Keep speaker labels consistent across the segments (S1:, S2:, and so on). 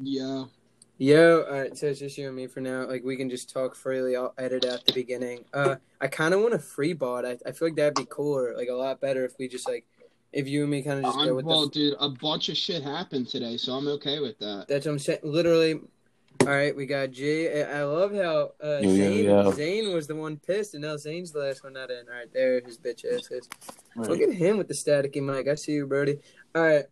S1: Yeah.
S2: Yo, all right, uh, so it's just you and me for now. Like we can just talk freely. I'll edit out the beginning. Uh, I kind of want a free bod. I, I feel like that'd be cooler, like a lot better if we just like, if you and me kind of just go
S1: I'm,
S2: with
S1: well,
S2: the.
S1: dude, a bunch of shit happened today, so I'm okay with that.
S2: That's what I'm saying. Literally, all right, we got G. I I love how uh,
S3: Yo, yo,
S2: Zane
S3: yo.
S2: Zane was the one pissed, and now Zane's the last one not in. All right, there his bitch ass is.
S3: Right.
S2: Look at him with the staticky mic. I see you, Brody. All right,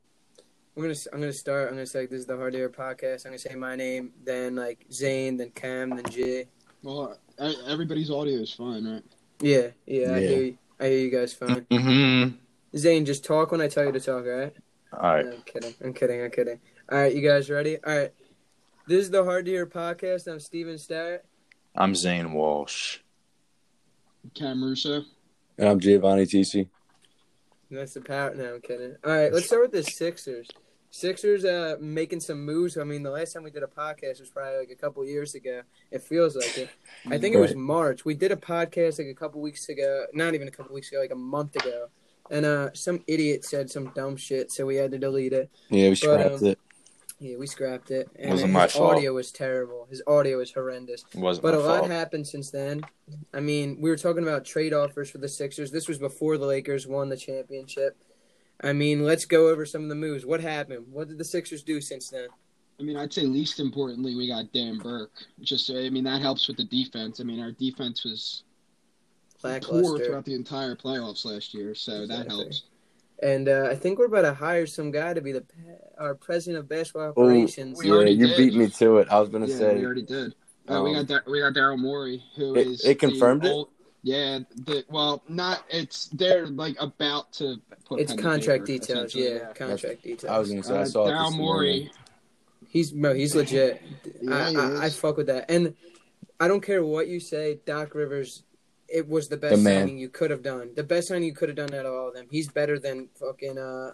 S2: I'm gonna I'm gonna start. I'm gonna say like, this is the Hard Air podcast. I'm gonna say my name, then like Zane, then Cam, then Jay.
S1: Well, e- everybody's audio is fine, right?
S2: Yeah, yeah, I
S3: Yeah.
S2: hear you. I hear you guys fine.
S3: Mm-hmm.
S2: Zane, just talk when I tell you to talk, all right?
S3: All right.
S2: No, I'm kidding. I'm kidding. I'm kidding. All right, you guys ready? All right. This is the Hard to Hear podcast. I'm Steven Starrett.
S3: I'm Zane Walsh.
S1: Cam Russo.
S4: And I'm Giovanni Tisi.
S2: And that's the power. No, I'm kidding. All right, let's start with the Sixers. Sixers uh, making some moves. I mean, the last time we did a podcast was probably like a couple years ago. It feels like it. I think it was
S4: Right.
S2: March. We did a podcast like a couple weeks ago, not even a couple weeks ago, like a month ago. And uh, some idiot said some dumb shit, so we had to delete it.
S4: Yeah, we
S2: scrapped
S4: scrapped
S1: uh,
S2: um,
S4: it.
S2: Yeah, we scrapped it. And
S3: Wasn't
S2: his
S3: my fault.
S2: audio was terrible. His audio was horrendous.
S3: It wasn't
S2: But
S3: my
S2: a lot
S3: fault.
S2: happened since then. I mean, we were talking about trade offers for the Sixers. This was before the Lakers won the championship. I mean, let's go over some of the moves. What happened? What did the Sixers do since then?
S1: I mean, I'd say least importantly, we got Dan Burke. Just, I mean, that helps with the defense. I mean, our defense was poor
S2: Lackluster.
S1: throughout the entire playoffs last year, so that
S2: Exactly.
S1: helps.
S2: And uh, I think we're about to hire some guy to be the pa- our president of basketball
S4: Oh,
S2: operations.
S1: we
S4: Yeah,
S1: already
S4: you
S1: did.
S4: beat me to it. I was gonna
S1: Yeah,
S4: say
S1: we already did. Uh, we got
S4: um,
S1: Dar- we got Daryl Morey, who
S4: It-
S1: is
S4: it confirmed
S1: the
S4: it?
S1: old- yeah, the, well, not it's they're like about to. Put
S2: It's
S1: pen to
S2: contract
S1: paper,
S2: details.
S1: essentially,
S2: Yeah, contract details.
S4: I was gonna say I
S1: Uh,
S4: saw it
S1: Daryl
S4: this morning.
S1: Morey.
S2: He's bro, he's legit.
S1: Yeah,
S2: I,
S1: he
S2: I, I
S1: is.
S2: fuck with that, and I don't care what you say. Doc Rivers, it was the
S4: The
S2: best
S4: man.
S2: signing you could have done. The best signing you could have done out of all of them. He's better than fucking uh,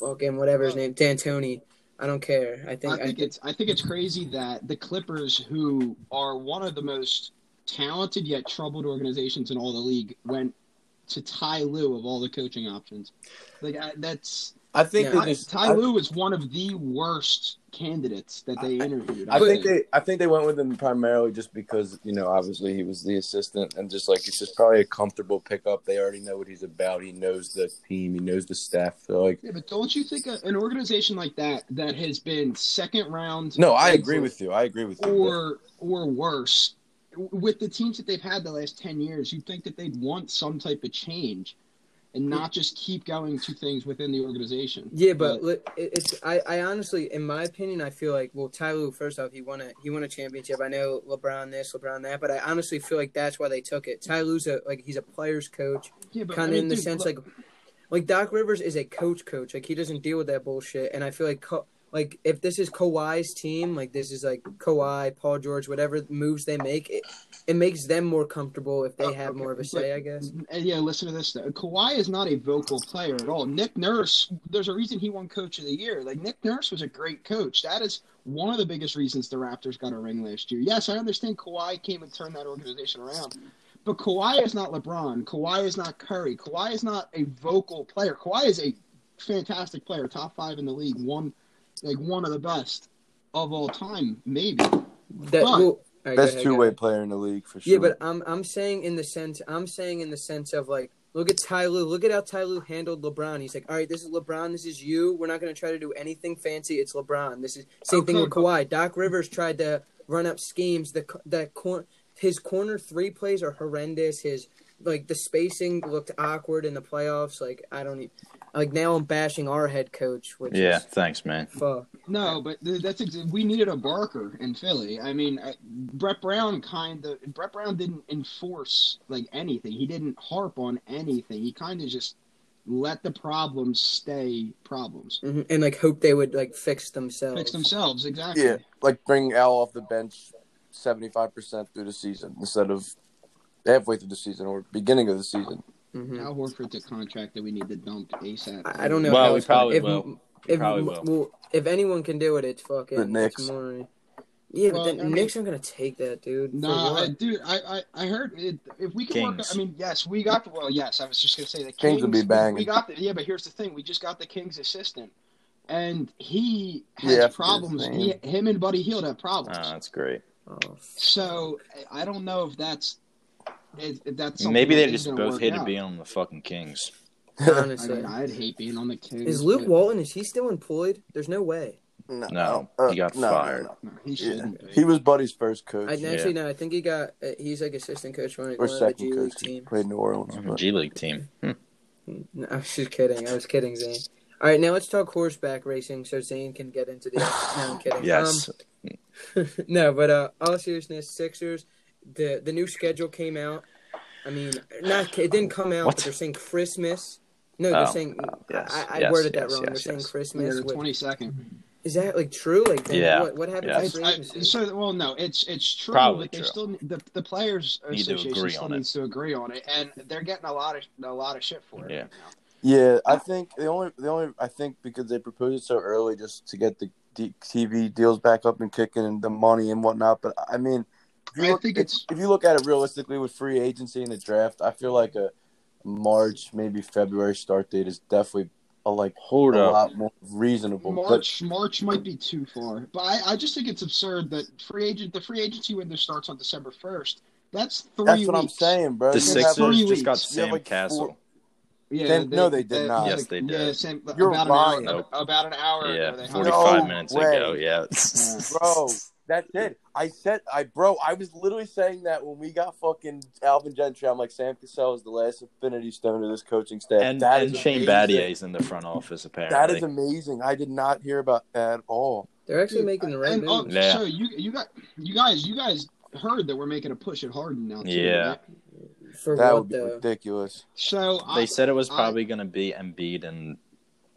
S2: fucking whatever his name, D'Antoni. I don't care. I think
S1: I think it's I think it's crazy that the Clippers, who are one of the most talented yet troubled organizations in all the league, went to Ty Lue of all the coaching options. Like I, that's
S4: I think
S2: Yeah.
S4: they
S1: Ty,
S4: just.
S1: Ty
S4: I,
S1: Lue was one of the worst candidates that they
S4: I-
S1: interviewed.
S4: I think they. I think they went with him primarily just because you know obviously he was the assistant and just like it's just probably a comfortable pickup. They already know what he's about. He knows the team. He knows the staff. So like
S1: Yeah, but don't you think a, an organization like that that has been second round?
S4: no, I agree with you. I agree with you.
S1: Or or worse, w- with the teams that they've had the last ten years, you'd think that they'd want some type of change, and not just keep going to things within the organization.
S2: Yeah, but li- it- it's I, I honestly, in my opinion, I feel like well, Ty Lue, first off, he won a he won a championship. I know LeBron this, LeBron that, but I honestly feel like that's why they took it. Ty Lue's a like he's a player's coach.
S1: yeah, but,
S2: kind
S1: I
S2: of
S1: mean,
S2: in the
S1: dude,
S2: sense
S1: look,
S2: like like Doc Rivers is a coach coach like he doesn't deal with that bullshit and I feel like Ka- like if this is Kawhi's team like this is like Kawhi Paul George whatever moves they make it it makes them more comfortable if they
S1: Oh,
S2: have
S1: okay.
S2: more of a
S1: But-
S2: say I guess
S1: And yeah, listen to this though. Kawhi is not a vocal player at all. Nick Nurse, there's a reason he won Coach of the Year. Like Nick Nurse was a great coach. That is one of the biggest reasons the Raptors got a ring last year. Yes, I understand Kawhi came and turned that organization around. But Kawhi is not LeBron. Kawhi is not Curry. Kawhi is not a vocal player. Kawhi is a fantastic player, top five in the league, one like one of the best of all time, maybe.
S2: that
S1: But-
S2: well, all right, go
S4: Best
S2: ahead,
S4: two
S2: go
S4: way
S2: ahead.
S4: player in the league for sure.
S2: yeah but I'm I'm saying in the sense I'm saying in the sense of like look at Ty Lue look at how Ty Lue handled LeBron he's like all right this is LeBron this is you we're not gonna try to do anything fancy it's LeBron this is same thing
S1: Okay,
S2: with
S1: but-
S2: Kawhi Doc Rivers tried to run up schemes. The co- that cor- his corner three plays are horrendous. His like the spacing looked awkward in the playoffs. Like I don't even, like now I'm bashing our head coach, which
S3: Yeah,
S2: is
S3: thanks, man.
S2: fuck.
S1: No, but th- that's ex- we needed a Barker in Philly. I mean, I, Brett Brown kind of Brett Brown didn't enforce like anything. He didn't harp on anything. He kind of just let the problems stay problems.
S2: hmm And like hope they would like fix themselves.
S1: Fix themselves exactly.
S4: yeah, like bring Al off the bench seventy five percent through the season instead of halfway through the season or beginning of the season.
S2: Mhm.
S1: Al Horford's a contract that we need to dump ASAP.
S2: I, I don't know.
S3: Well,
S2: how
S3: we
S2: it's gonna-
S3: probably
S2: if,
S3: will.
S2: If,
S3: probably
S2: well,
S3: will.
S2: if anyone can do it, it's fucking
S4: The
S2: it's
S4: Knicks.
S2: Murray. Yeah,
S1: Well,
S2: but then
S1: I mean-
S2: Knicks are gonna take that dude. for
S1: No,
S2: what?
S1: I, dude, I, I, I heard it, if we can work.
S3: Kings.
S1: I mean, yes, we got the well. Yes, I was just gonna say the Kings,
S4: Kings will be
S1: We
S4: banging.
S1: got the yeah, but here's the thing: we just got the Kings assistant. and he has
S4: Yeah, I forget his
S1: problems. He,
S4: name.
S1: him and Buddy Hield have problems.
S3: Ah, that's great.
S2: Oh,
S1: so I don't know if that's if if that's something
S3: Maybe
S1: that
S3: they
S1: he's
S3: just
S1: gonna
S3: both
S1: work
S3: hated
S1: out.
S3: being on the fucking Kings.
S1: I
S2: honestly,
S1: mean, I'd hate being on the Kings.
S2: is Luke
S1: but-
S2: Walton is he still employed? There's no way.
S4: No,
S3: No,
S4: uh,
S3: he got
S4: no, no,
S3: fired.
S4: no.
S1: No, he shouldn't.
S4: He
S1: be.
S4: was Buddy's first coach
S2: I actually no. I think he got. Uh, he's like assistant coach on
S4: or
S2: one of the G
S4: second
S2: League
S4: coach. He
S2: team.
S4: played New Orleans.
S3: On the
S4: but-
S3: Mm-hmm. G League team. Hmm.
S2: No, I was just kidding. I was kidding, Zane. All right, now let's talk horseback racing so Zane can get into the. No, I'm kidding.
S3: Yes.
S2: Um, no, but uh, all seriousness, Sixers. The the new schedule came out. I mean, not it didn't come out,
S3: What?
S2: but they're saying Christmas. No, they're
S3: Oh,
S2: saying
S3: yes,
S2: I, I
S3: yes,
S2: worded that
S3: yes,
S2: wrong.
S3: yes,
S2: they're saying
S3: yes.
S1: Yeah,
S2: Christmas.
S1: the
S2: with-
S1: twenty second.
S2: is that like true? Like, then
S3: Yeah,
S2: what, what happened
S3: yeah.
S2: to free agency?
S1: So well, no, it's it's true,
S3: Probably
S1: but they
S3: true.
S1: still the, the players
S3: Need to
S1: association
S3: agree
S1: still
S3: on it.
S1: needs to agree on it, and they're getting a lot of a lot of shit for it.
S3: Yeah.
S1: right now.
S4: Yeah, I think the only the only I think because they proposed it so early, just to get the D- TV deals back up and kicking and the money and whatnot. But I mean, if you
S1: I
S4: look-
S1: think
S4: if-
S1: it's-
S4: if you look at it realistically with free agency and the draft, I feel like a March, maybe February start date is definitely a, like
S3: Hold
S4: a
S3: up.
S4: lot more reasonable. But
S1: March March might be too far, but I, I just think it's absurd that free agent the free agency window starts on December first. That's three.
S4: that's what I'm
S1: weeks.
S4: saying, bro.
S3: The
S4: You have-
S3: Sixers
S1: three
S3: just got
S1: weeks.
S4: You have like
S3: Sam
S4: four-
S3: Castle.
S1: Yeah,
S4: Then- no, they did not.
S3: Yes, they did.
S1: Yeah, same,
S4: You're
S1: about
S4: lying.
S1: An hour, About an hour. ago
S3: Yeah,
S1: they
S3: forty
S1: hired him.
S3: five
S4: No
S3: minutes
S4: way.
S3: ago. Yeah.
S4: Bro, that's it. I said, I bro, I was literally saying that when we got fucking Alvin Gentry. I'm like, Sam Cassell is the last affinity stone to this coaching staff.
S3: And,
S4: that
S3: and
S4: is
S3: Shane
S4: amazing.
S3: Battier's in the front office apparently.
S4: That is amazing. I did not hear about that at all.
S2: They're actually
S1: Dude,
S2: making the right
S1: and,
S2: move.
S1: oh,
S3: Yeah.
S1: So you you got you guys you guys heard that we're making a push at Harden now. Too,
S3: Yeah.
S1: right?
S2: For
S4: That
S2: what
S4: would be
S2: though?
S4: ridiculous.
S1: So I,
S3: they said it was
S1: I-
S3: probably going to be Embiid and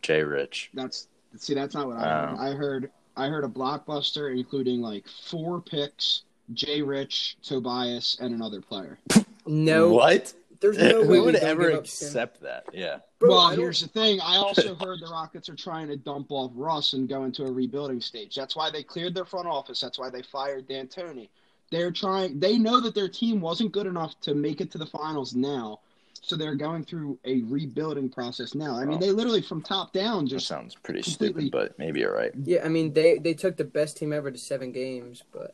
S3: Jay Rich.
S1: that's see that's not what I
S3: Wow.
S1: heard. I heard I heard a blockbuster including like four picks, Jay Rich, Tobias, and another player.
S2: No,
S3: What?
S2: there's no way
S3: Who
S2: we
S3: would
S2: don't
S3: ever
S2: give up Sam-
S3: accept that? Yeah.
S2: Bro, I
S1: well,
S2: don't-
S1: here's the thing. I also heard the Rockets are trying to dump off Russ and go into a rebuilding stage. That's why they cleared their front office. That's why they fired D'Antoni. They're trying. They know that their team wasn't good enough to make it to the finals now, so they're going through a rebuilding process now. I mean,
S3: Oh.
S1: they literally from top down
S3: That
S1: just
S3: sounds pretty
S1: completely-
S3: stupid, but maybe you're right.
S2: Yeah, I mean they they took the best team ever to seven games, but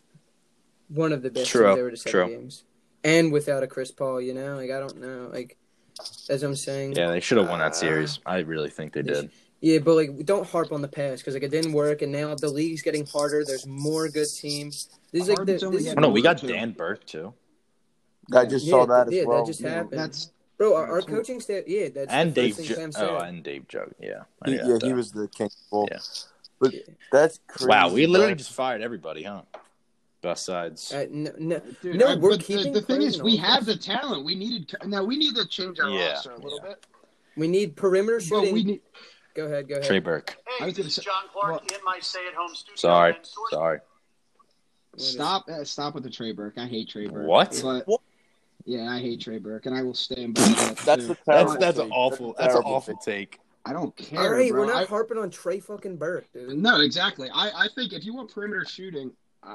S2: one of the best
S3: True,
S2: teams ever to seven
S3: true.
S2: games, and without a Chris Paul, you know, like I don't know, like as I'm saying,
S3: Yeah, they should have won
S2: Uh,
S3: that series. I really think they
S2: they
S3: did.
S2: Yeah, but like don't harp on the past because like it didn't work, and now the league's getting harder. There's more good teams. This is like the,
S1: Harden's only
S2: this is,
S3: Oh no, we got
S1: Too.
S3: Dan Burke too,
S4: I just saw
S2: Yeah,
S4: that as
S2: yeah, that
S4: well.
S2: just
S4: You know,
S2: happened.
S1: that's
S2: bro, our, our coaching staff. Yeah, that's
S3: and
S2: the
S3: Dave.
S2: first thing
S3: Jo-
S2: Sam said.
S3: oh, and Dave Jug. Yeah, I
S4: He,
S3: got
S4: yeah, he
S3: that.
S4: was the king. of Bull.
S3: Yeah.
S4: But
S2: Yeah.
S4: that's crazy.
S3: Wow, we literally
S4: bro.
S3: just fired everybody, huh? Besides,
S2: Uh, no, no,
S1: dude,
S2: No,
S1: I-
S2: we're
S1: but
S2: keeping
S1: the, the thing is,
S2: Clayton
S1: we
S2: Thompson.
S1: have the talent. We needed now. We need to change our
S3: Yeah,
S1: roster a little bit,
S2: we need perimeter shooting.
S1: but we need.
S2: Go ahead, go ahead.
S3: Trey Burke.
S1: I
S5: Hey,
S1: was gonna
S5: this is
S1: say-
S5: John Clark
S1: well-
S5: in my stay-at-home studio.
S3: Sorry,
S5: and source-
S3: sorry.
S2: What is-
S1: Stop! Uh, stop with the Trey Burke. I hate Trey Burke.
S3: What?
S1: But,
S4: What?
S1: Yeah, I hate Trey Burke, and I will stand by that.
S4: That's
S1: too.
S4: the terrible.
S3: That's that's an
S4: thing.
S3: awful.
S4: a
S3: That's an
S4: terrible
S3: awful
S4: thing.
S3: take.
S1: I don't care.
S2: All right,
S1: bro.
S2: we're not
S1: I-
S2: harping on Trey fucking Burke, dude.
S1: no, exactly. I, I think if you want perimeter shooting, I,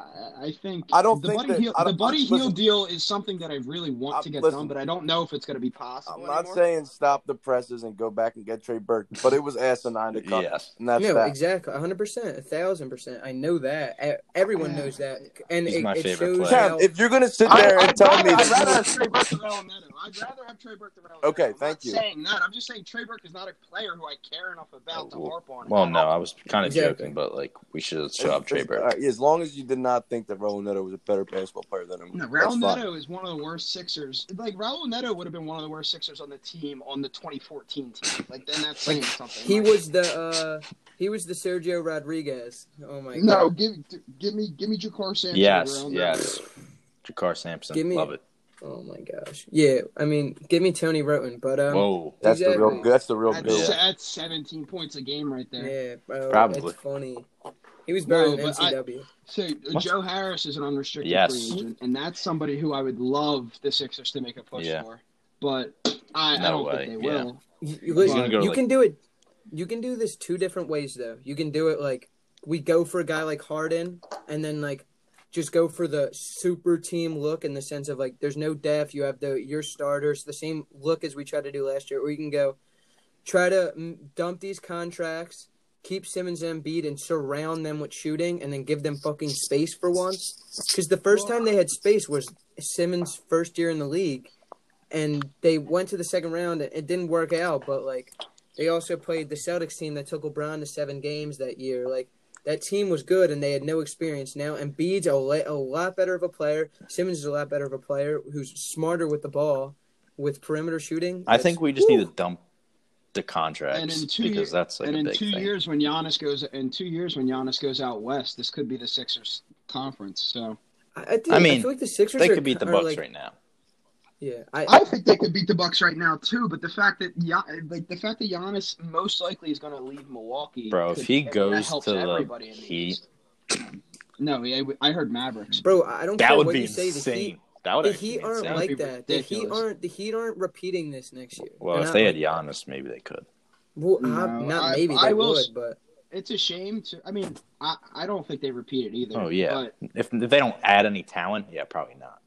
S1: I think
S4: I don't
S1: the
S4: think
S1: Buddy
S4: that-
S1: Heel,
S4: I
S1: the
S4: don't-
S1: Buddy
S4: listen.
S1: Heel deal is something that I really want
S4: I'm-
S1: to get
S4: listen.
S1: done, but I don't know if it's going to be
S4: I'm
S1: possible.
S4: not
S1: anymore.
S4: saying stop the presses and go back and get Trey Burke, but it was asinine to cut.
S3: Yes.
S4: And that's
S2: no,
S4: that.
S2: exactly, hundred percent, a thousand percent. I know that. E- Everyone knows that, and
S3: He's
S2: it,
S3: my
S2: it
S3: favorite
S2: shows
S3: player.
S4: Cam,
S2: how.
S4: if you're gonna sit
S1: I-
S4: there and
S1: I'd,
S4: tell
S1: rather, I'd
S4: me,
S1: rather have Trey Burke than Raul Neto. I'd rather have Trey Burke than Raul Neto.
S4: Okay,
S1: I'm
S4: thank
S1: not
S4: you.
S1: Saying that, I'm just saying Trey Burke is not a player who I care enough about to
S3: Well,
S1: harp on.
S3: Well, no, I was kind of
S2: Exactly.
S3: joking, but like we should have shut up Trey
S4: as-
S3: Burke.
S4: all right, as long as you did not think that Roland Neto was a better basketball player than him,
S1: No,
S4: that's
S1: Raul
S4: fine.
S1: Neto is one of the worst Sixers. Like Raul Neto would have been one of the worst Sixers on the team on the 2014 team. Like then that's saying something.
S2: He
S1: Like,
S2: was the uh, he was the Sergio Rodriguez. Oh my
S1: no.
S2: god!
S1: Give give me give me Jakar Sampson.
S3: Yes,
S1: Raul Neto.
S3: yes. Jakar Sampson,
S2: Give me-
S3: love it.
S2: Oh my gosh! Yeah, I mean, give me Tony Roten, but um,
S3: Whoa,
S4: That's the real.
S2: Exactly.
S4: That's the real.
S1: That's,
S4: Deal.
S3: Yeah.
S1: that's 17 points a game right there.
S2: yeah, bro,
S3: Probably.
S2: It's funny. He was better
S1: No,
S2: than
S1: but I-
S2: NCW.
S1: So uh,
S3: What?
S1: Joe Harris is an unrestricted
S3: Yes.
S1: free agent, and that's somebody who I would love the Sixers to make a push
S3: Yeah.
S1: for. But I, I
S3: No
S1: don't
S3: way,
S1: think they
S3: yeah.
S1: will.
S2: You, you,
S1: He's
S2: listen,
S1: gonna
S3: go
S2: you
S3: like-
S2: can do it. You can do this two different ways, though. You can do it like we go for a guy like Harden, and then like just go for the super team look in the sense of like there's no depth. You have the your starters the same look as we tried to do last year, or you can go try to mm, dump these contracts keep Simmons and Embiid and surround them with shooting and then give them fucking space for once. Because the first time they had space was Simmons' first year in the league, and they went to the second round. and It didn't work out, but like they also played the Celtics team that took LeBron to seven games that year. Like that team was good and they had no experience now. And Bede's a, la- a lot better of a player. Simmons is a lot better of a player who's smarter with the ball, with perimeter shooting.
S3: I think we just need to dump the
S1: And
S3: contracts
S1: in
S3: because
S1: two years-
S3: that's like
S1: and
S3: a
S1: in
S3: big
S1: two
S3: thing.
S1: years, when Giannis goes, in two years when Giannis goes out west, this could be the Sixers conference. So
S2: I, I, think,
S3: I mean,
S2: feel like the Sixers
S3: they
S2: are-
S3: could beat the
S2: are,
S3: Bucks
S2: like-
S3: right now.
S2: Yeah, I,
S1: I think they could beat the Bucks right now too. But the fact that Gian- like the fact that Giannis most likely is going to leave Milwaukee,
S3: Bro, if
S1: could-
S3: he
S1: that
S3: goes
S1: helps
S3: to the
S1: everybody in
S3: Heat-
S1: East. No, yeah, I heard Mavericks.
S2: bro, I don't care
S3: That would
S2: what
S3: be
S2: you say. The Heat,
S3: insane. That would
S2: the
S3: actually
S2: Heat
S3: be
S2: aren't
S3: insane.
S1: That'd
S2: like
S1: be
S2: that. The Heat
S1: ridiculous.
S2: aren't. The Heat aren't repeating this next year.
S3: Well,
S2: They're
S3: if
S2: not
S3: they
S2: like
S3: had
S2: that.
S3: Giannis, maybe they could.
S2: Well,
S1: No,
S2: I, not
S1: I-
S2: maybe they
S1: I will
S2: would,
S1: s-
S2: but
S1: It's a shame to. I mean, I, I don't think they repeated either.
S3: Oh, yeah.
S1: but
S3: If, if they don't add any talent, yeah, probably not.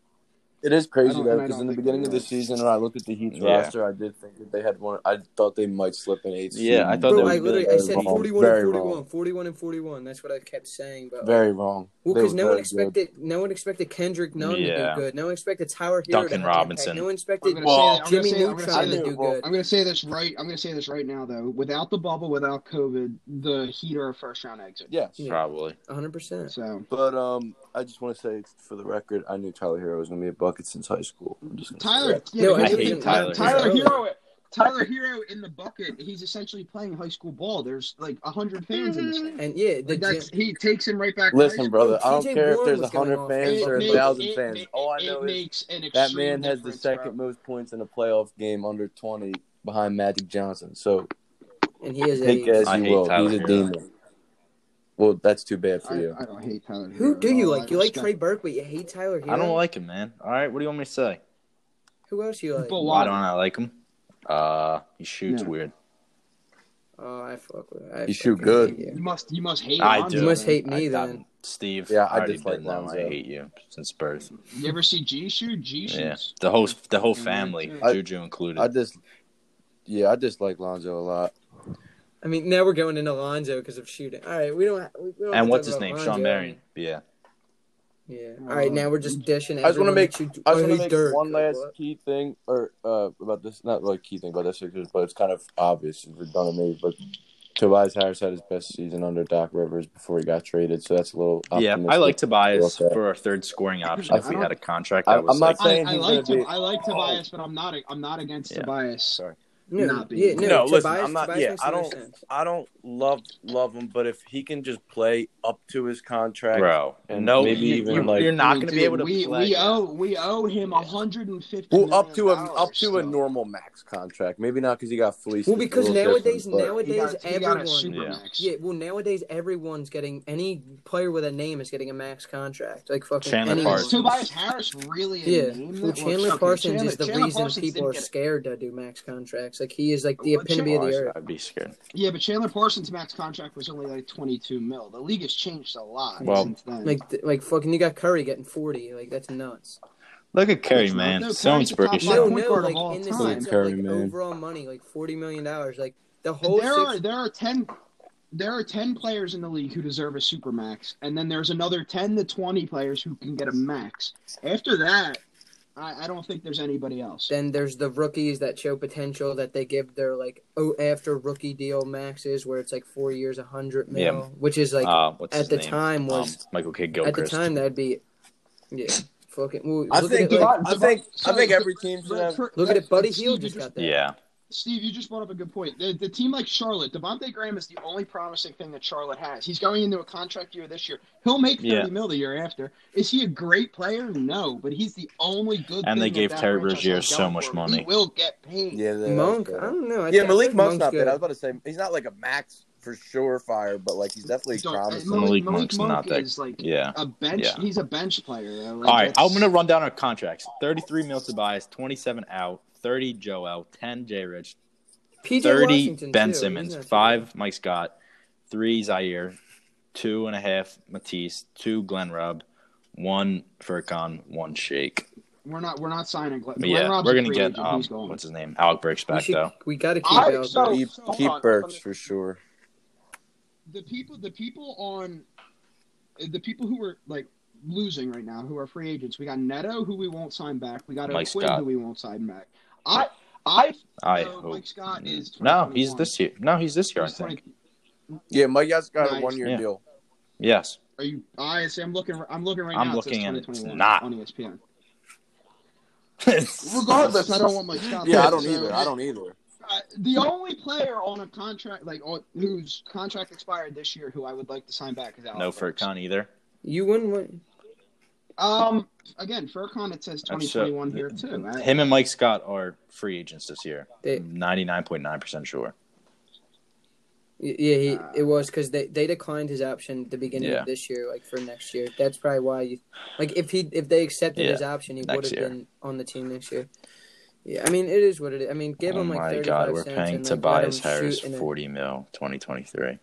S4: It is
S1: I
S4: crazy
S1: don't-
S4: though,
S1: and I
S4: because
S1: don't
S4: in the
S1: think
S4: beginning
S1: they
S4: of the
S1: will.
S4: season, when I looked at the Heat's
S3: Yeah.
S4: roster, I did think that they had one. I thought they might slip an eight.
S3: Yeah,
S4: seed.
S3: I thought
S2: bro,
S3: that
S2: I
S3: would be
S2: literally I
S3: very
S2: said
S3: wrong.
S2: 41
S4: Very
S2: and 41,
S4: wrong.
S2: 41 and 41. That's what I kept saying. But
S4: Very wrong.
S2: well,
S4: They
S2: because
S4: were
S2: no one
S4: very
S2: expected no one expected Kendrick Nunn
S3: Yeah.
S2: to do good. No one expected Tyler Hero
S3: Duncan
S2: to have an
S3: Robinson.
S2: impact. No one
S1: I'm
S2: expected
S1: gonna
S3: Well,
S1: say, I'm
S2: Jimmy
S1: gonna say, I'm gonna
S2: Neutron
S1: say
S2: to
S1: that-
S2: do
S4: well,
S2: good.
S1: I'm gonna say this right. I'm gonna say this right now, though. Without the bubble, without COVID, the Heat are a first round exit.
S4: Yes.
S2: Yeah.
S3: Probably.
S2: 100. percent
S1: So
S4: But um, I just want to say for the record, I knew Tyler Hero was gonna be a bucket since high school. I'm just gonna say
S1: Tyler,
S4: that.
S1: yeah,
S2: No,
S1: because
S3: I hate
S1: the-
S3: Tyler
S1: Tyler
S2: Hero.
S1: Hero. Tyler Hero in the bucket. He's essentially playing high school ball. There's like a hundred fans in the stands.
S2: And yeah, the
S1: Like that's,
S2: Jim-
S1: he takes him right back. to high
S4: Listen,
S1: school.
S4: brother, I don't
S2: TJ
S4: care if
S2: Warren
S4: there's a
S2: was going
S4: hundred
S2: off.
S4: fans
S2: It
S4: or a
S2: makes-
S4: thousand
S1: it
S4: fans.
S1: ma-
S4: All I
S1: it
S4: know is
S1: makes an
S4: that
S1: extreme
S4: man has the
S1: difference,
S4: second most points in a playoff game under twenty behind Magic Johnson. So
S2: and he is
S4: take
S2: a
S4: as
S3: I
S4: you
S3: hate
S4: will.
S3: Tyler
S4: He's a
S3: Hero.
S4: demon. Well, that's too bad for
S1: bro.
S4: you.
S1: I, I don't hate Tyler. Hero
S2: Who
S1: at
S2: do you
S1: all. I
S2: like? You like
S1: respect-
S2: Trey Burke, but you hate Tyler Hero.
S3: I don't like him, man. All right, what do you want me to say?
S2: Who else you like?
S1: But
S3: Why
S1: why?
S3: don't I like him? Uh, he shoots
S1: No.
S3: weird.
S2: Oh, I fuck with. I
S4: You shoot
S2: fucking
S4: good.
S2: hate you.
S1: You must. You must hate.
S3: I
S1: Lonzo,
S3: do.
S2: You must
S1: man.
S2: hate me
S3: I-
S2: then.
S3: Steve,
S4: Yeah,
S3: yeah,
S4: I
S3: I already
S4: dislike
S3: didn't know. I
S4: Lonzo.
S3: hate you since birth.
S1: You ever see G shoot? G
S3: Yeah,
S1: shoots.
S3: the whole the whole
S2: Mm-hmm.
S3: family,
S1: I-
S3: Juju included.
S4: I just, yeah, I dislike Lonzo a lot.
S2: I mean, now we're going into Lonzo because of shooting. All right, we don't. We don't have to
S3: and what's
S2: talk
S3: his
S2: about
S3: name?
S2: Lonzo.
S3: Sean Marion. Yeah,
S2: Yeah. All right, now we're just dishing.
S4: I just wanna
S2: everyone
S4: make-
S2: that you-
S4: I just
S2: oh,
S4: want to
S2: he's
S4: make
S2: Dirk.
S4: one last
S2: What?
S4: key thing, or uh, about this. Not really a key thing about this Sixers, but it's kind of obvious and redundant, maybe. But Tobias Harris had his best season under Doc Rivers before he got traded, so that's a little.
S3: yeah.
S4: Optimistic.
S3: I like Tobias
S4: Okay.
S3: for our third scoring option.
S4: I
S3: If we
S4: don't-
S3: had a contract,
S4: I-
S3: that was
S4: I'm not
S3: like,
S1: I,
S4: saying
S1: I
S4: he's
S1: like
S4: gonna
S1: him.
S4: be-
S1: I like Tobias, but I'm not. I'm not against
S3: Yeah.
S1: Tobias.
S3: sorry.
S2: No,
S1: Not being-
S2: yeah, no,
S4: No,
S2: Tobias,
S4: listen, I'm not-
S2: Tobias
S4: yeah,
S2: makes
S4: I
S2: no
S4: don't-
S2: sense.
S4: I don't love love him, but if he can just play up to his contract,
S3: Bro,
S4: And
S3: no,
S4: maybe
S3: you,
S4: even,
S3: you,
S4: like-
S3: are not
S1: I mean,
S3: going to be
S1: dude,
S3: able to
S1: We,
S3: play.
S1: we owe. We owe him a 150.
S4: well, up to a
S1: million
S4: up to a
S1: dollars
S4: normal max contract, maybe not because he got fleeced.
S2: Well,
S4: it's a
S2: because
S4: little
S2: nowadays,
S4: different, but-
S1: still. He
S2: nowadays,
S1: got, he got a
S2: everyone.
S1: supermax.
S2: Yeah, well, nowadays everyone's getting any player with a name is getting a max contract. Like fucking
S3: Chandler
S2: anyone.
S1: Is
S3: Parsons.
S1: Tobias Harris really a
S2: Yeah,
S1: name?
S2: well,
S1: that-
S2: Chandler
S1: okay,
S2: Parsons is
S1: Chandler-
S2: the
S1: Chandler
S2: reason
S1: Parsons
S2: people
S1: didn't
S2: are
S1: get it.
S2: scared to do max contracts. Like he is like the
S1: Well,
S2: epitome of the
S3: Like,
S2: earth.
S3: Oh, I'd be scared.
S1: Yeah, but Chandler Parsons' max contract was only like 22 mil. The league has changed a lot
S3: Well,
S1: since then.
S2: Like th- like fucking, you got Curry getting forty. Like that's nuts.
S3: Look at Curry,
S1: not-
S3: man.
S1: no,
S3: so
S1: Curry's the top
S2: No,
S1: Top
S3: inspirational.
S1: point
S2: no,
S1: guard of
S2: like
S1: all
S2: in the
S1: time.
S2: sense of
S4: Curry,
S2: like
S4: man.
S2: overall money, like forty million dollars. Like the whole
S1: there are
S2: Oh, six-
S1: there are 10 there are 10 players in the league who deserve a supermax, and then there's another 10 to 20 players who can get a max. After that, I, I don't think there's anybody else.
S2: Then there's the rookies that show potential that they give their like oh after rookie deal maxes where it's like four years a hundred mil,
S3: Yeah.
S2: which is like
S3: Uh, what's
S2: at
S3: his
S2: the
S3: name?
S2: time was
S3: Um, Michael Kidd
S2: at the
S3: Gilchrist.
S2: time that'd be yeah fucking. Well,
S4: I
S2: look
S4: think,
S2: at it, like,
S1: Devon-
S4: I think, I
S1: Devon-
S4: think
S1: so-
S4: every team should have.
S2: look at it. Buddy
S1: Steve,
S2: Hill
S1: you
S2: just got that.
S3: yeah,
S1: Steve, you just brought up a good point. The, the team like Charlotte, Devontae Graham is the only promising thing that Charlotte has. He's going into a contract year this year. He'll make thirty
S3: Yeah.
S1: mil the year after. Is he a great player? No, but he's the only good. thing
S3: And they
S1: that
S3: gave
S1: that
S3: Terry
S1: franchise
S3: Rozier
S1: has
S3: so
S1: going
S3: much
S1: for him.
S3: money.
S1: He will get paid.
S4: Yeah, that-
S2: Monk, I don't know. I
S4: yeah,
S2: think- I
S4: Malik
S2: think
S4: Monk's not
S2: good.
S4: bad. I was about to say he's not like a max for surefire, but like he's definitely
S1: Don't-
S4: promising.
S1: uh, Malik,
S3: Malik
S1: Malik
S3: Monk's
S1: Monk
S3: not that-
S1: is like
S3: yeah.
S1: a bench.
S3: Yeah.
S1: He's a bench player. Though. Like,
S3: All right,
S1: that's-
S3: I'm gonna run down our contracts: 33 mil Tobias, 27 out, 30 Joel, 10 J Rich,
S2: PJ
S3: 30
S2: Washington,
S3: Ben
S2: too. He's
S3: Simmons,
S2: not-
S3: five Mike Scott, three Zaire, two and a half Matisse, two Glenn Rub, one Furkan, one Shake.
S1: We're not. We're not signing. Glenn,
S3: But
S1: Glenn
S3: yeah,
S1: Rob's
S3: we're
S1: a
S3: gonna
S1: free
S3: get
S1: agent.
S3: um,
S1: He's gone.
S3: what's his name? Alec Burks
S2: We,
S3: back
S2: should,
S3: though.
S2: we gotta keep
S1: I-
S2: out.
S1: so-
S4: keep
S1: so-
S4: keep
S1: hold on.
S4: Burks for sure.
S1: the people the people on the people who are like losing right now who are free agents. We got Neto who we won't sign back. We got
S3: Mike
S1: O'Quinn
S3: Scott.
S1: who we won't sign back. I I
S3: I
S1: know
S3: hope.
S1: Mike Scott is
S3: No, he's
S1: 2021.
S3: this year. No, he's this year. I
S1: He's
S3: think.
S1: 20
S4: Yeah, Mike has got
S1: Nice.
S4: a one year
S3: Yeah.
S4: deal.
S3: Yes.
S1: Are you? I see. I'm looking. I'm looking right
S3: I'm
S1: now. It says
S3: looking and it's
S1: 2021
S3: not.
S1: on E ESPN. Regardless, I don't want Mike Scott.
S4: Yeah,
S1: back,
S4: I don't
S1: so-
S4: either. I don't either.
S1: Uh, the only player on a contract like on, whose contract expired this year who I would like to sign back is Alex.
S3: No
S1: Burks.
S3: Furcon either.
S2: You wouldn't want.
S1: Um, again, Furcon it says
S3: That's, uh,
S1: 2021 here too. I-
S3: Him and Mike Scott are free agents this year.
S2: They,
S3: Ninety nine point nine percent sure.
S2: y- yeah, he, it was because they, they declined his option at the beginning
S3: Yeah.
S2: of this year, like for next year. That's probably why. You, like if he if they accepted his option, he
S3: next
S2: would have
S3: year.
S2: been on the team next year. Yeah, I mean it is what it is. I mean, give
S3: oh
S2: him like
S3: my
S2: thirty
S3: god,
S2: five
S3: we're
S2: cents.
S3: paying
S2: and, like, let
S3: Tobias
S2: him shoot
S3: Harris
S2: in a-
S3: forty mil twenty twenty three.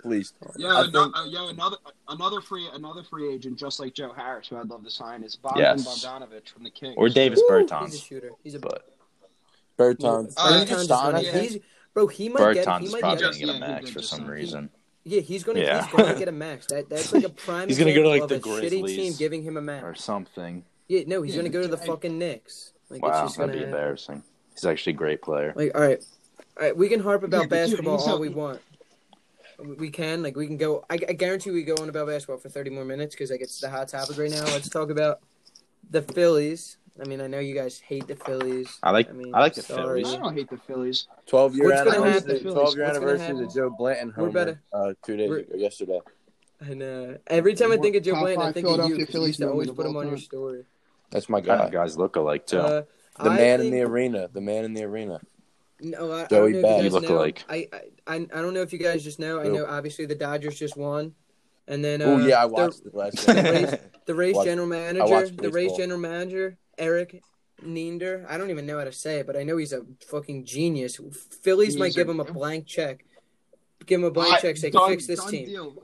S4: Please.
S1: Yeah,
S4: I
S1: ano-
S4: think-
S1: uh, yeah, another another free another free agent just like Joe Harris, who I'd love to sign, is Bogdan
S3: Yes.
S1: Bogdanovic from the Kings.
S3: Or Davis
S2: Woo! He's a
S3: Bertans.
S2: shooter. He's a
S3: But
S4: Bertans.
S1: Uh,
S4: Didn't he get
S2: Bertans is
S4: signed,
S2: gonna-
S4: I think?
S2: he's bro. He might get.
S3: Bertans
S2: He
S3: is
S2: might
S3: probably
S2: get.
S3: gonna get
S1: Yeah,
S3: a
S1: he
S3: max
S1: did
S3: for
S1: just
S3: some
S1: something.
S3: reason.
S2: Yeah, he's gonna.
S3: Yeah.
S2: He's gonna get a max. That that's like a prime.
S3: He's gonna go to, like,
S2: example
S3: the
S2: of a shitty team
S3: Grizzlies.
S2: giving him a max.
S3: Or something.
S2: Yeah, no, he's
S1: Yeah,
S2: gonna go to the
S1: I-
S2: fucking Knicks. Like it's
S3: Wow,
S2: just gonna
S3: that'd be embarrassing. He's actually a great player.
S2: like all right, all right. We can harp about
S1: Yeah, but dude,
S2: basketball
S1: he's
S2: all
S1: out-
S2: we want. We can like we can go. I, I guarantee we go on about basketball for thirty more minutes because like it's the hot topic right now. Let's talk about the Phillies. I mean, I know you guys hate the Phillies.
S3: I like
S2: I
S3: I,
S2: mean,
S3: like the
S2: sorry.
S1: I
S3: Phillies.
S1: don't hate the Phillies.
S4: 12 year
S2: What's gonna
S4: anniversary.
S1: happen?
S4: 12 year
S2: What's gonna
S4: anniversary
S2: happen?
S4: to Joe Blanton
S2: We're better.
S4: homer. Uh, two days
S2: We're-
S4: ago, yesterday.
S2: I know. uh, Every time I think of Joe
S1: Top
S2: Blanton, I
S1: five
S2: think of you.
S1: Philadelphia
S2: 'cause You
S1: Phillies
S2: used to always
S1: moment of
S2: put him
S1: all
S2: on your
S1: time.
S2: story.
S4: That's my
S3: Kind of
S4: guy.
S3: guys look alike too.
S2: Uh,
S4: The
S2: I
S4: man in
S2: think-
S4: the arena. The man in the arena.
S2: No, I, I don't
S4: Joey
S2: know
S4: Bag.
S2: if you
S4: You
S2: guys
S3: look
S2: know.
S3: alike.
S2: I, I, I I don't know if you guys just know. I
S4: Who?
S2: know obviously the Dodgers just won, and then uh,
S4: oh yeah, I
S2: the-
S4: watched it last
S2: the
S4: night.
S2: Rays, the Rays
S4: Watch-
S2: general manager,
S4: watch
S2: the Rays
S4: baseball.
S2: general manager Eric Neander. I don't even know how to say it, but I know he's a fucking genius. Phillies
S1: He's
S2: might
S1: a-
S2: give him a blank check. Give him a blank
S1: I-
S2: check so they can
S1: done-
S2: fix this
S1: done
S2: team.
S1: deal.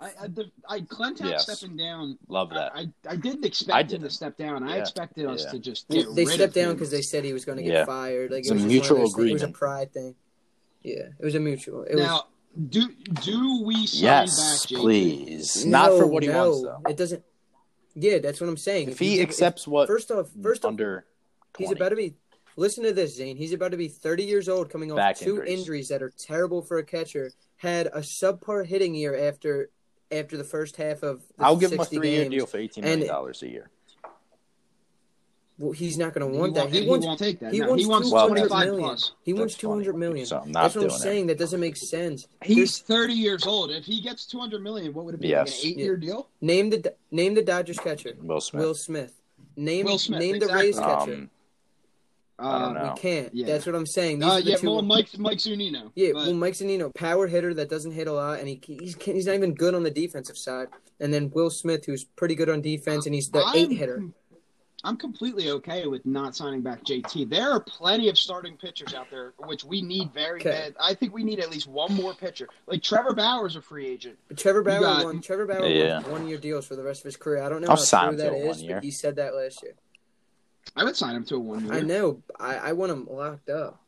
S1: I, I, the, I Clentac
S3: Yes.
S1: stepping down.
S3: Love that.
S1: I, I didn't
S3: I
S1: expect him to
S3: didn't.
S1: step down. I
S3: Yeah.
S1: expected us
S3: Yeah.
S1: to just.
S2: They,
S1: Get
S2: they
S1: rid of
S2: stepped down
S1: him.
S2: because they said he was going to get
S3: Yeah.
S2: fired. Like it
S3: It's a
S2: was just one of
S3: mutual
S2: those things- It was a
S3: agreement.
S2: pride thing. Yeah, it was a mutual. It was,
S1: now do do we sign
S3: yes,
S1: back JT?
S3: please. Not for
S2: No,
S3: what he
S2: no,
S3: wants though.
S2: It doesn't. Yeah, that's what I'm saying.
S3: If he
S2: you-
S3: accepts what
S2: first off, first off,
S3: under
S2: he's
S3: 20.
S2: about to be. Listen to this, Zane. He's about to be 30 years old, coming off
S3: Back
S2: two
S3: injuries.
S2: injuries. that are terrible for a catcher. Had a subpar hitting year after after the first half of. The
S3: I'll give him a
S2: 60
S3: three-year
S2: games.
S3: deal for eighteen
S2: And-
S3: million dollars a year.
S2: Well, he's not going
S1: He
S2: to want that.
S1: won't-
S2: He
S1: he
S2: wants.
S1: won't take that.
S2: he
S1: no.
S2: wants
S1: he wants
S2: 200
S1: 25
S2: million.
S1: plus.
S2: He wants
S3: That's funny.
S2: 200 million.
S3: So I'm not
S2: That's what I'm
S3: doing it.
S2: saying. That doesn't make sense.
S1: He's 30 years old. If he gets 200 million, what would it be?
S3: Yes.
S1: Like an eight-year deal?
S2: Name the Do- name the Dodgers catcher.
S3: Will Smith.
S2: Will Smith. Name
S1: Will Smith,
S2: name the
S1: exactly.
S2: Rays catcher.
S3: Um,
S1: Uh,
S3: don't know.
S2: We can't.
S1: Yeah.
S2: That's what I'm saying. These
S1: Uh,
S2: are the
S1: yeah,
S2: two-
S1: well, Mike Mike Zunino.
S2: yeah,
S1: but-
S2: well, Mike Zanino, power hitter that doesn't hit a lot, and he he's he's not even good on the defensive side. And then Will Smith, who's pretty good on defense, and he's the
S1: I'm-
S2: eight hitter.
S1: I'm completely okay with not signing back JT. There are plenty of starting pitchers out there, which we need very
S2: Okay.
S1: bad. I think we need at least one more pitcher. Like Trevor Bauer's a free agent.
S2: But Trevor Bauer
S1: got-
S2: won. Trevor Bauer
S3: Yeah.
S2: won one year deals for the rest of his career. I don't know
S3: I'll
S2: how
S3: sign
S2: true
S3: him
S2: that
S3: to a
S2: is,
S3: one
S2: but
S3: year.
S2: he said that last year.
S1: I would sign him to a one
S2: I
S1: year.
S2: know. I, I want him locked up.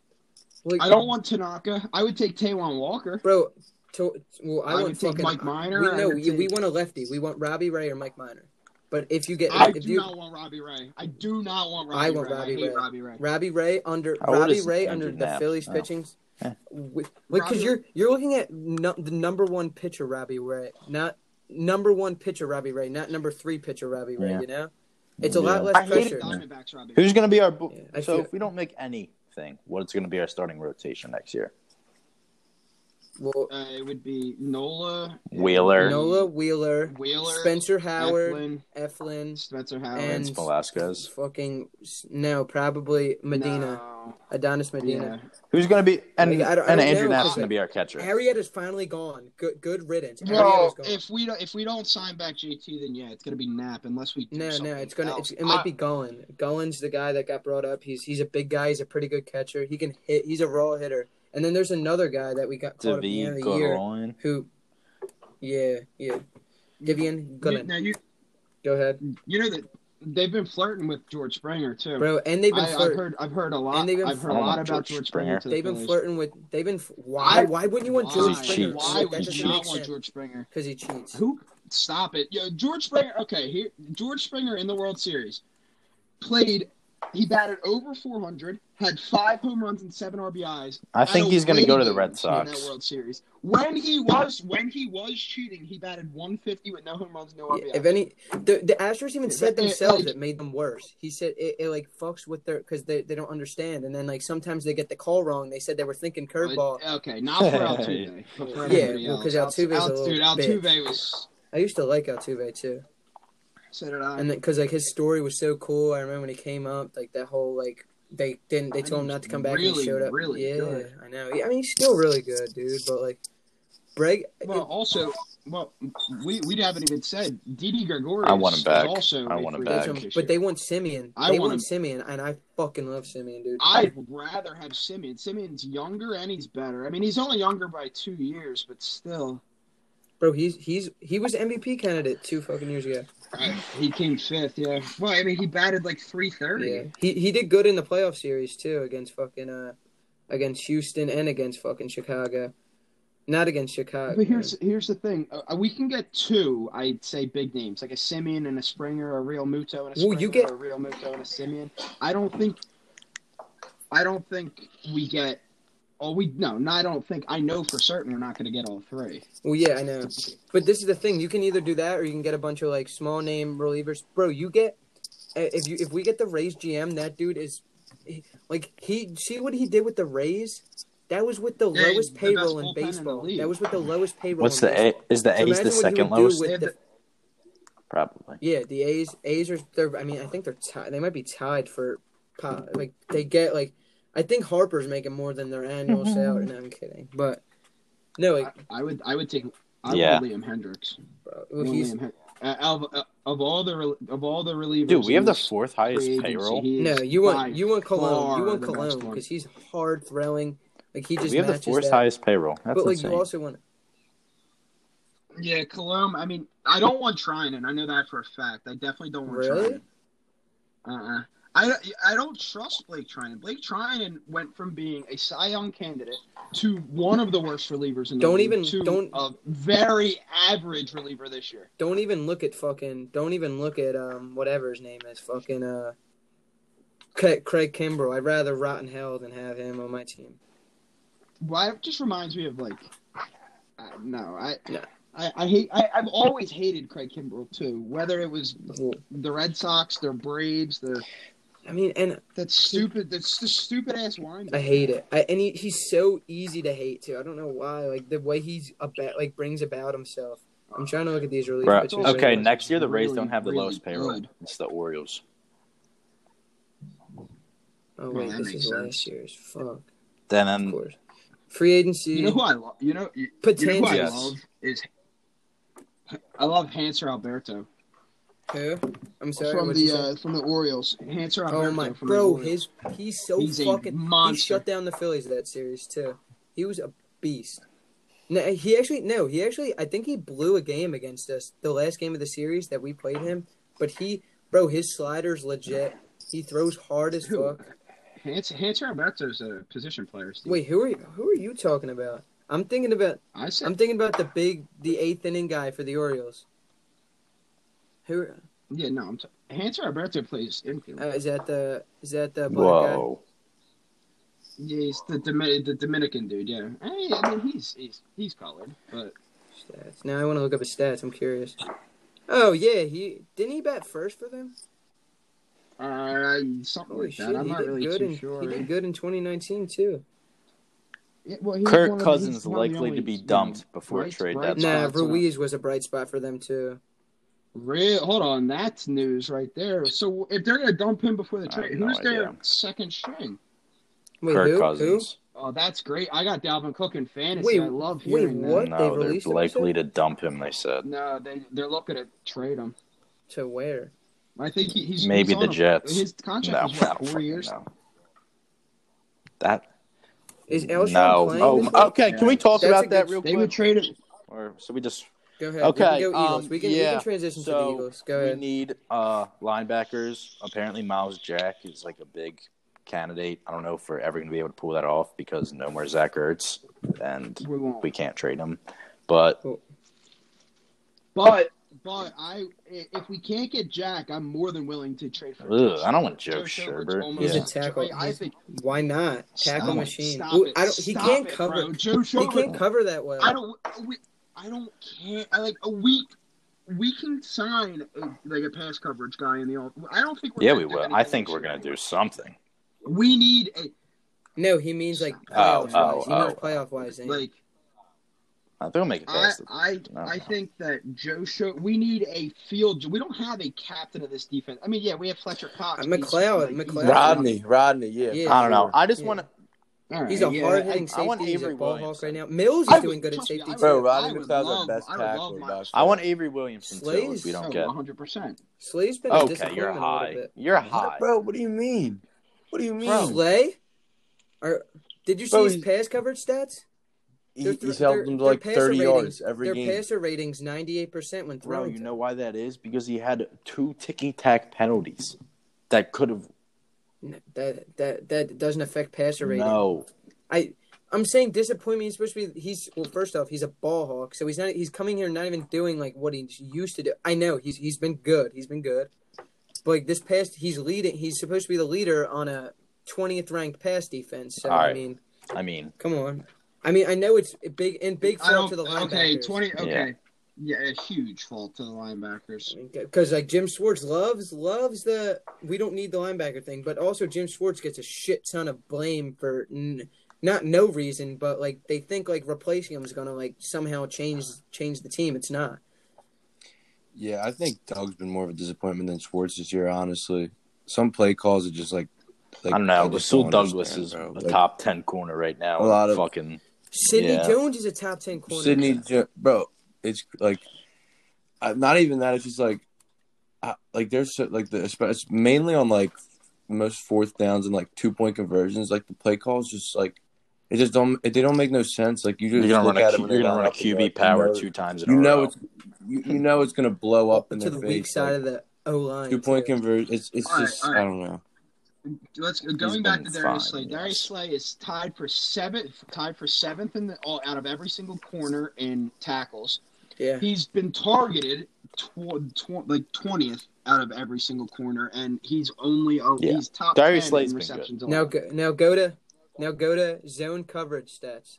S2: Like,
S1: I don't want Tanaka. I would take Taewon Walker.
S2: bro. To, well, I,
S1: I,
S2: want
S1: would take
S2: fucking
S1: Mike Miner.
S2: We,
S1: I
S2: no,
S1: would
S2: we, we
S1: take-
S2: want a lefty. We want Robbie Ray or Mike Miner. But if you get,
S1: I
S2: if
S1: do
S2: you,
S1: not want Robbie Ray. I do not want Robbie
S2: I want
S1: Ray.
S2: Robbie
S1: I hate
S2: Ray.
S1: Robbie Ray.
S2: Robbie Ray under
S3: How old
S2: Robbie
S3: is
S2: Ray
S3: Andrew
S2: under the
S3: Knapp?
S2: Phillies
S3: Oh.
S2: pitching.
S3: Yeah.
S2: Like, because
S1: Robbie-
S2: you're you're looking at no, the number one pitcher Robbie Ray, not number one pitcher Robbie Ray, not number three pitcher Robbie Ray.
S3: Yeah.
S2: You know, it's a lot
S3: Yeah.
S2: less
S3: I hate
S2: pressure.
S3: it.
S1: Diamondbacks Robbie Ray.
S3: who's going to be our? bo-
S2: Yeah, I
S3: so
S2: feel-
S3: if we don't make anything, what's going to be our starting rotation next year?
S2: Well,
S1: Uh, it would be Nola,
S3: Wheeler.
S2: Nola Wheeler,
S1: Wheeler,
S2: Spencer Howard,
S1: Eflin,
S2: Eflin,
S1: Spencer Howard,
S2: And-
S3: Vince Velasquez.
S2: fucking no, probably Medina,
S1: No.
S2: Adonis
S1: Yeah.
S2: Medina.
S3: Who's going to be? And,
S2: Like, I don't- I
S3: and
S2: don't
S3: Andrew
S2: know.
S3: Knapp's going to be our catcher.
S2: Harriet is finally gone. Good, good riddance.
S1: Well,
S2: Arrieta's gone.
S1: if we don't if we don't sign back JT, then yeah, it's gonna be Nap unless we do
S2: No,
S1: something
S2: no, it's gonna.
S1: else.
S2: It's, it might
S1: I-
S2: be Goen. Goen's the guy that got brought up. He's he's a big guy. He's a pretty good catcher. He can hit. He's a raw hitter. And then there's another guy that we got caught at the end
S3: David
S2: of the year
S3: Goran.
S2: who, yeah, yeah, Divian
S1: you,
S2: Goen.
S1: now you
S2: Go ahead.
S1: you know that They've been flirting with George Springer too.
S2: bro. And they've been
S1: I, I've
S2: flirting.
S1: heard I've heard a lot.
S2: And they've been
S1: I've heard a
S3: flirting
S1: lot
S3: with
S1: about
S3: George
S1: George Springer.
S3: Springer.
S1: to the
S2: They've been
S1: Phillies.
S2: flirting with. They've been. f- Why?
S1: I-
S2: why wouldn't you want
S1: Why?
S2: George Springer?
S3: cheats.
S1: Why
S2: That
S1: would
S2: doesn't
S1: you
S2: make
S1: not want
S2: sense.
S1: George Springer?
S2: Because he cheats.
S1: Who? Stop it. Yo, George Springer. Okay, here George Springer in the World Series played. He batted over 400, had five home runs and seven RBIs.
S3: I think
S1: at
S3: he's going to
S1: away
S3: go to the
S1: games
S3: Red
S1: In that
S3: Sox.
S1: World Series, when he was when he was cheating, he batted 150 with no home runs, no RBIs.
S2: If any, the the Astros even
S1: Yeah,
S2: said
S1: but it,
S2: themselves
S1: like-
S2: it made them worse. He said it, it like fucks with their because they, they don't understand, and then like sometimes they get the call wrong. They said they were thinking curveball.
S1: But- okay, not for Altuve. but for
S2: Yeah,
S1: everybody
S2: well, 'cause
S1: else.
S2: Altuve's a
S1: Al-
S2: little
S1: dude,
S2: bitch.
S1: Altuve was.
S2: I used to like Altuve too,
S1: So did I.
S2: and because like his story was so cool. I remember when he came up, like that whole like they didn't they
S1: I
S2: told him
S1: mean,
S2: not to come back. and he
S1: really,
S2: showed up.
S1: really
S2: yeah,
S1: good.
S2: I know. Yeah, I mean, he's still really good, dude. But like, Breg,
S1: Well, also, well, we we haven't even said Didi Gregorius.
S3: I want him
S1: is
S3: back.
S1: Also,
S3: I
S1: a
S3: want him
S1: free
S3: back.
S1: agent this
S2: but they
S1: year.
S2: want Simeon.
S1: I
S2: they
S1: want
S2: want
S1: him-
S2: Simeon, and I fucking love Simeon, dude.
S1: I'd rather have Simeon. Simeon's younger and he's better. I mean, he's only younger by two years, but still,
S2: Bro, he's he's he was MVP candidate two fucking years ago.
S1: I- he came fifth. Yeah. Well, I mean, he batted like three thirty.
S2: Yeah, he he did good in the playoff series too against fucking uh against Houston and against fucking Chicago. Not against Chicago.
S1: But here's here's the thing. Uh, we can get two, I'd say, big names like a Simeon and a Springer, a Real Muto and a
S2: Well,
S1: Springer,
S2: you get-
S1: a Real Muto and a Simeon. I don't think, I don't think we get. Oh, we no, no. I don't think. I know for certain we're not going to get all three.
S2: well, yeah, I know. But this is the thing: you can either do that or you can get a bunch of like small name relievers. Bro, you get eh, if you if we get the Rays GM, that dude is he- like he see what he did with the Rays. That was with the
S1: Yeah, the best
S2: lowest payroll in
S1: bullpen in the
S2: baseball.
S1: league.
S2: that was with the lowest payroll.
S3: What's
S2: in
S3: the
S2: baseball.
S3: A? Is the
S2: So
S3: A's
S2: imagine what you
S3: the
S2: would
S3: second
S2: do
S3: lowest?
S2: with the-
S3: Probably.
S2: Yeah, the A's. A's are. They're, I mean, I think they're tied. They might be tied for, po- like they get like, I think Harper's making more than their annual salary. No, I'm kidding. But no,
S1: I,
S2: like
S1: I would. I would take. I
S3: Yeah.
S1: would Liam Hendricks.
S2: bro,
S1: I want
S2: he's
S1: Liam Hen- uh, of, uh, of all the rel- of all the relievers,
S3: Dude, we have the
S1: he's
S3: fourth
S1: free
S3: highest
S1: agency,
S3: payroll.
S1: he is
S2: no. You
S1: by
S2: want you want Cologne.
S1: far
S2: You want
S1: the best
S2: Cologne
S1: one.
S2: because he's hard throwing. Like he just
S3: We have the
S2: matches
S3: fourth
S2: that.
S3: highest payroll. That's
S2: but like
S3: insane.
S2: you also want
S1: Yeah, Cologne. I mean, I don't want Trinan. I know that for a fact. I definitely don't want
S2: Really?
S1: Trinan. Uh-uh. I, don't- I don't trust Blake Trinan. Blake Trinan went from being a Cy Young candidate to one of the worst relievers in the
S2: Don't
S1: league
S2: even-
S1: to
S2: don't-
S1: a very average reliever this year.
S2: don't even look at fucking don't even look at um whatever his name is fucking uh. Craig Craig Kimbrell. I'd rather rot in hell than have him on my team.
S1: Why it just reminds me of like, I, no, I,
S2: Yeah.
S1: I, I hate. I, I've always hated Craig Kimbrell too. Whether it was the Red Sox, their Braves, their
S2: I mean, and
S1: that stupid, that's the stupid ass wind.
S2: I hate it. I, and he, he's so easy to hate too. I don't know why. Like the way he's about like brings about himself. I'm trying to look at these relief
S3: Bro,
S2: pitchers.
S1: also
S3: okay,
S1: like
S3: next year the Rays
S1: really,
S3: don't have the
S1: really
S3: lowest payroll.
S1: good.
S3: It's the Orioles.
S2: Oh wait,
S1: Yeah, that
S2: this
S1: makes
S2: is
S1: sense.
S2: last year's. Fuck.
S3: Then
S2: Of
S3: um,
S2: course. Free agency.
S1: You know who I love? You know, you, you know who I
S2: potential.
S3: Yes.
S1: love is I love Hanser Alberto
S2: Who? I'm sorry.
S1: from
S2: what'd you
S1: the
S2: say?
S1: uh, from the Orioles. Hanser Alberto
S2: oh my
S1: from the
S2: bro,
S1: Orioles.
S2: his he's so
S1: He's a
S2: fucking. He
S1: monster.
S2: shut down the Phillies that series too. He was a beast. No, he actually no, he actually I think he blew a game against us the last game of the series that we played him. But he, bro, his slider's legit. He throws hard as
S1: Who?
S2: fuck.
S1: Hans, Hanser Alberto's a position player. Steve.
S2: Wait, who are you, who are you talking about? I'm thinking about
S1: I said
S2: I'm thinking about the big the eighth inning guy for the Orioles. Who
S1: yeah. No, I'm t- Hanser Alberto plays infield.
S2: uh, is that the is that the black guy?
S3: whoa.
S1: yeah, he's the Domi- the Dominican dude. Yeah, I, I mean he's he's he's colored, but
S2: Stats. Now I want to look up his stats. I'm curious. Oh yeah, he didn't he bat first for them.
S1: uh, something
S2: Holy
S1: like
S2: shit,
S1: that. I'm
S2: he
S1: not
S2: did
S1: really
S2: good
S1: too
S2: in
S1: sure.
S2: he did good in 2019 too.
S1: Yeah, well, he's one
S3: Kirk
S1: of the-
S3: Cousins
S1: he's one of the
S3: likely
S1: only,
S3: to be
S1: you know,
S3: dumped before
S1: bright-
S3: trade
S1: bright
S3: deadline.
S1: spots
S2: Nah,
S1: in our-
S2: Ruiz was a bright spot for them too.
S1: Real, hold on, that's news right there. So if they're gonna dump him before the
S3: I have
S1: trade,
S3: no
S1: who's their
S3: idea.
S1: second string?
S2: Wait,
S3: Kirk
S2: who?
S3: Cousins.
S1: Oh, that's great. I got Dalvin Cook in fantasy.
S2: Wait,
S1: I love
S2: wait,
S1: hearing that.
S2: What, they've
S3: No, they're
S2: released him, you
S3: likely
S2: said?
S3: to dump him. They said.
S1: No, they they're looking to trade him.
S2: Who? To where?
S1: I think he, he's
S3: Maybe
S1: he's
S3: the
S1: on a-
S3: Jets.
S1: His
S3: No,
S1: contract is
S3: no,
S1: what, four years.
S3: no. That
S2: Is Elshon
S3: no.
S2: playing?
S3: Oh,
S2: this
S3: okay. Can we talk
S2: That's a
S3: about that
S2: good-
S3: real
S1: They
S3: quick?
S1: would trade him.
S3: or so we just
S2: Go ahead.
S3: Okay,
S2: We can go Eagles.
S3: um,
S2: we, can, we
S3: yeah.
S2: can transition to
S3: So,
S2: the Eagles. Go
S3: We
S2: ahead.
S3: need uh, linebackers. Apparently, Miles Jack is like a big candidate. I don't know if we're ever going to be able to pull that off because no more Zach Ertz, and
S1: We won't.
S3: we can't trade him. But
S1: But but I i- if we can't get Jack, I'm more than willing to trade for.
S3: ugh, I don't want
S1: Joe
S3: Joe
S1: Sherbert's
S3: Sherbert.
S1: almost-
S2: He's
S3: Yeah.
S2: a tackle.
S1: I think oh,
S2: Why not tackle
S3: Stop it.
S2: machine?
S1: Stop
S2: Ooh,
S1: it.
S2: I don't. He
S1: Stop
S2: can't
S1: it,
S2: cover.
S1: bro. Joe
S2: He
S1: Schobert,
S2: can't cover that well.
S1: I don't. uh, We, I don't care. I like a week. We can sign a, like a pass coverage guy in the. off- I don't think. We're
S3: Yeah,
S1: gonna
S3: we
S1: do
S3: will.
S1: anything
S3: I think
S1: this
S3: we're
S1: year.
S3: going to do something.
S1: We need a
S2: No, he means like
S3: Oh,
S2: playoff
S3: oh,
S2: wise. he means
S3: oh.
S2: playoff wise.
S1: like.
S3: I think we'll make it
S1: I
S3: past it.
S1: I,
S3: No.
S1: I think that Joe Show. We need a field. We don't have a captain of this defense. I mean, yeah, we have Fletcher Cox.
S2: Uh,
S1: but he's-
S2: McLeod,
S1: he's-
S2: McLeod.
S4: Rodney, Rodney, yeah.
S2: Yeah.
S3: I don't know. I just
S2: Yeah.
S3: want to.
S1: All right,
S2: He's a
S1: yeah,
S2: hard hitting
S3: I- I
S2: safety.
S3: want
S2: He's a
S3: Avery
S2: ball hawk
S3: Williams.
S2: right now. Mills
S1: I
S2: is doing
S1: would-
S2: good at
S1: trust me,
S2: safety
S1: I would-
S2: too.
S4: Bro, Rodney
S1: I would
S4: McLeod's our
S1: love-
S4: best
S1: I would love
S4: tackler.
S1: my-
S4: by far.
S3: I want Avery Williamson too. If
S2: Slays.
S3: we
S1: Oh,
S3: don't get. Oh,
S1: 100%.
S2: Slay's been a
S3: Okay,
S2: disappointment
S3: you're
S2: a little
S3: high.
S2: bit.
S3: You're
S4: What,
S3: high.
S4: bro, what do you mean? What do you mean?
S2: Slay? Or did you see
S4: Bro,
S2: his
S4: he-
S2: pass coverage stats?
S4: He,
S2: Their
S4: he's
S2: thr- their-
S4: held them to
S2: their
S4: like
S2: passer
S4: 30 yards
S2: ratings-
S4: every
S2: their
S4: game.
S2: passer ratings 98% when
S3: Bro,
S2: thrown.
S3: you know why that is? Because he had two ticky tack penalties that could have.
S2: that that that doesn't affect passer rating.
S3: No.
S2: I I'm saying disappointment. He's supposed to be. He's well. First off, he's a ball hawk, so he's not. He's coming here not even doing like what he's used to do. I know he's he's been good. He's been good, but like this past, he's leading. He's supposed to be the leader on a 20th ranked pass defense. So
S3: All
S2: I
S3: right.
S2: mean,
S3: I mean,
S2: come on. I mean, I know it's a big and big
S1: I don't,
S2: fault to the linebackers.
S1: okay, 20. Okay. Yeah. a huge fault to the linebackers.
S2: Because like Jim Schwartz loves loves the we don't need the linebacker thing, but also Jim Schwartz gets a shit ton of blame for n- not no reason, but like they think like replacing him is gonna like somehow change change the team. It's not.
S4: Yeah, I think Doug's been more of a disappointment than Schwartz this year, honestly. Some play calls are just like, like
S3: I don't know.
S4: just
S3: Rasul
S4: don't
S3: Douglas
S4: understand, bro.
S3: is a
S4: Like,
S3: top 10 corner right now.
S4: A lot of-
S3: fucking.
S2: Sidney
S3: Yeah.
S2: Jones is a top ten corner.
S4: Sydney, Ju- bro, it's like I- not even that. It's just like, I, like there's so, like the espe- it's mainly on like most fourth downs and like two point conversions. Like the play calls, just like it just don't it, they don't make no sense. Like you
S3: You're
S4: just
S3: going to
S4: look
S3: run a,
S4: at
S3: Q-
S4: them
S3: you're
S4: and they
S3: gonna
S4: line
S3: run a
S4: up and you're
S3: QB
S4: like,
S3: power
S4: you know,
S3: two times in
S4: You
S3: a
S4: know
S3: row.
S4: it's you, you know it's gonna blow up in
S2: to
S4: their
S2: the
S4: face.
S2: weak side of the O line.
S4: two point conversion. It's it's
S1: All right,
S4: just
S1: all right.
S4: I don't know.
S1: Let's going back to
S3: been
S1: Darius Slay.
S3: fine,
S1: Darius
S3: yes.
S1: Slay is tied for seventh, tied for seventh in the all out of every single corner in tackles.
S2: Yeah.
S1: He's been targeted tw- tw- like twentieth out of every single corner, and he's only oh,
S3: Yeah.
S1: he's top
S3: Darius
S1: 10
S3: Slay's
S1: in
S3: been
S1: receptions.
S2: Now
S1: allowed.
S2: go now go to now go to zone coverage stats,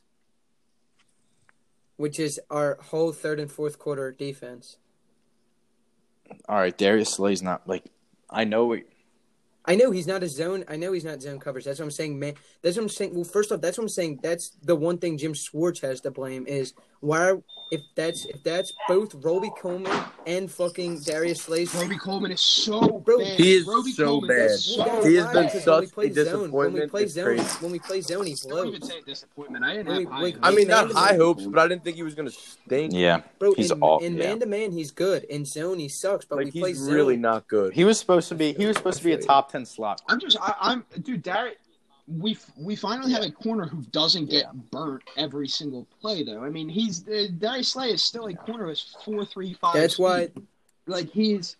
S2: which is our whole third and fourth quarter defense.
S3: All right, Darius Slay's not like. I know it.
S2: I know he's not a zone. I know he's not zone coverage. That's what I'm saying, man. That's what I'm saying. Well, first off, that's what I'm saying. That's the one thing Jim Schwartz has to blame is why are- if that's if that's both Roby Coleman and fucking Darius Slay's.
S1: Roby Coleman is so
S2: Bro,
S1: bad.
S4: he is
S1: Roby
S4: so
S1: Coleman Is
S4: bad.
S1: so
S2: Well, that's
S4: He has
S2: why,
S4: been
S1: bad.
S2: because
S4: such
S2: when we play
S4: a
S2: zone, when we
S4: disappointment,
S2: play
S4: it's
S2: zone,
S4: crazy.
S2: when we play zone, he
S1: Don't even
S2: blows.
S1: say disappointment. I didn't
S2: Wait,
S1: have high
S2: wait,
S1: hopes.
S4: I mean, not
S2: Anderson-
S4: high hopes, but I didn't think he was gonna stink.
S3: Yeah.
S2: Bro,
S3: He's
S2: in,
S3: off,
S2: in
S3: yeah.
S2: man to man, he's good. In zone, he sucks. But
S4: Like
S2: we play
S4: he's
S2: zone.
S4: really not good.
S3: He was supposed to be. He was supposed to be a top 10 slot.
S1: I'm just, I, I'm, dude, Darrett. We we finally have a corner who doesn't get burnt every single play, though. I mean, he's uh, Darius Slay is still a corner who's four three five.
S2: That's why.
S1: like he's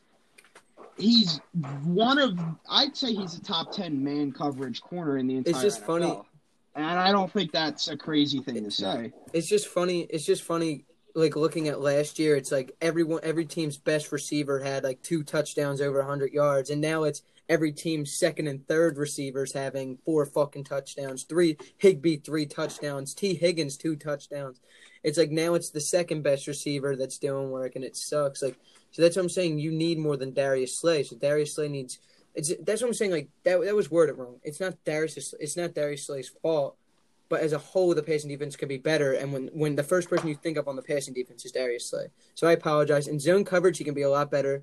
S1: he's one of I'd say he's a top ten man coverage corner in the entire.
S2: just funny-
S1: NFL. and I don't think that's a crazy thing to say.
S2: it's just funny. It's just funny. Like looking at last year, it's like everyone, every team's best receiver had like two touchdowns over 100 yards, and now it's every team's second and third receivers having four fucking touchdowns, three Higby three touchdowns, T Higgins two touchdowns. It's like now it's the second best receiver that's doing work, and it sucks. Like so, that's what I'm saying. You need more than Darius Slay. So Darius Slay needs. It's that's what I'm saying. Like that that was worded wrong. It's not Darius. It's not Darius Slay's fault but as a whole, the passing defense could be better. And when, when the first person you think of on the passing defense is Darius Slay, so I apologize. In zone coverage, he can be a lot better,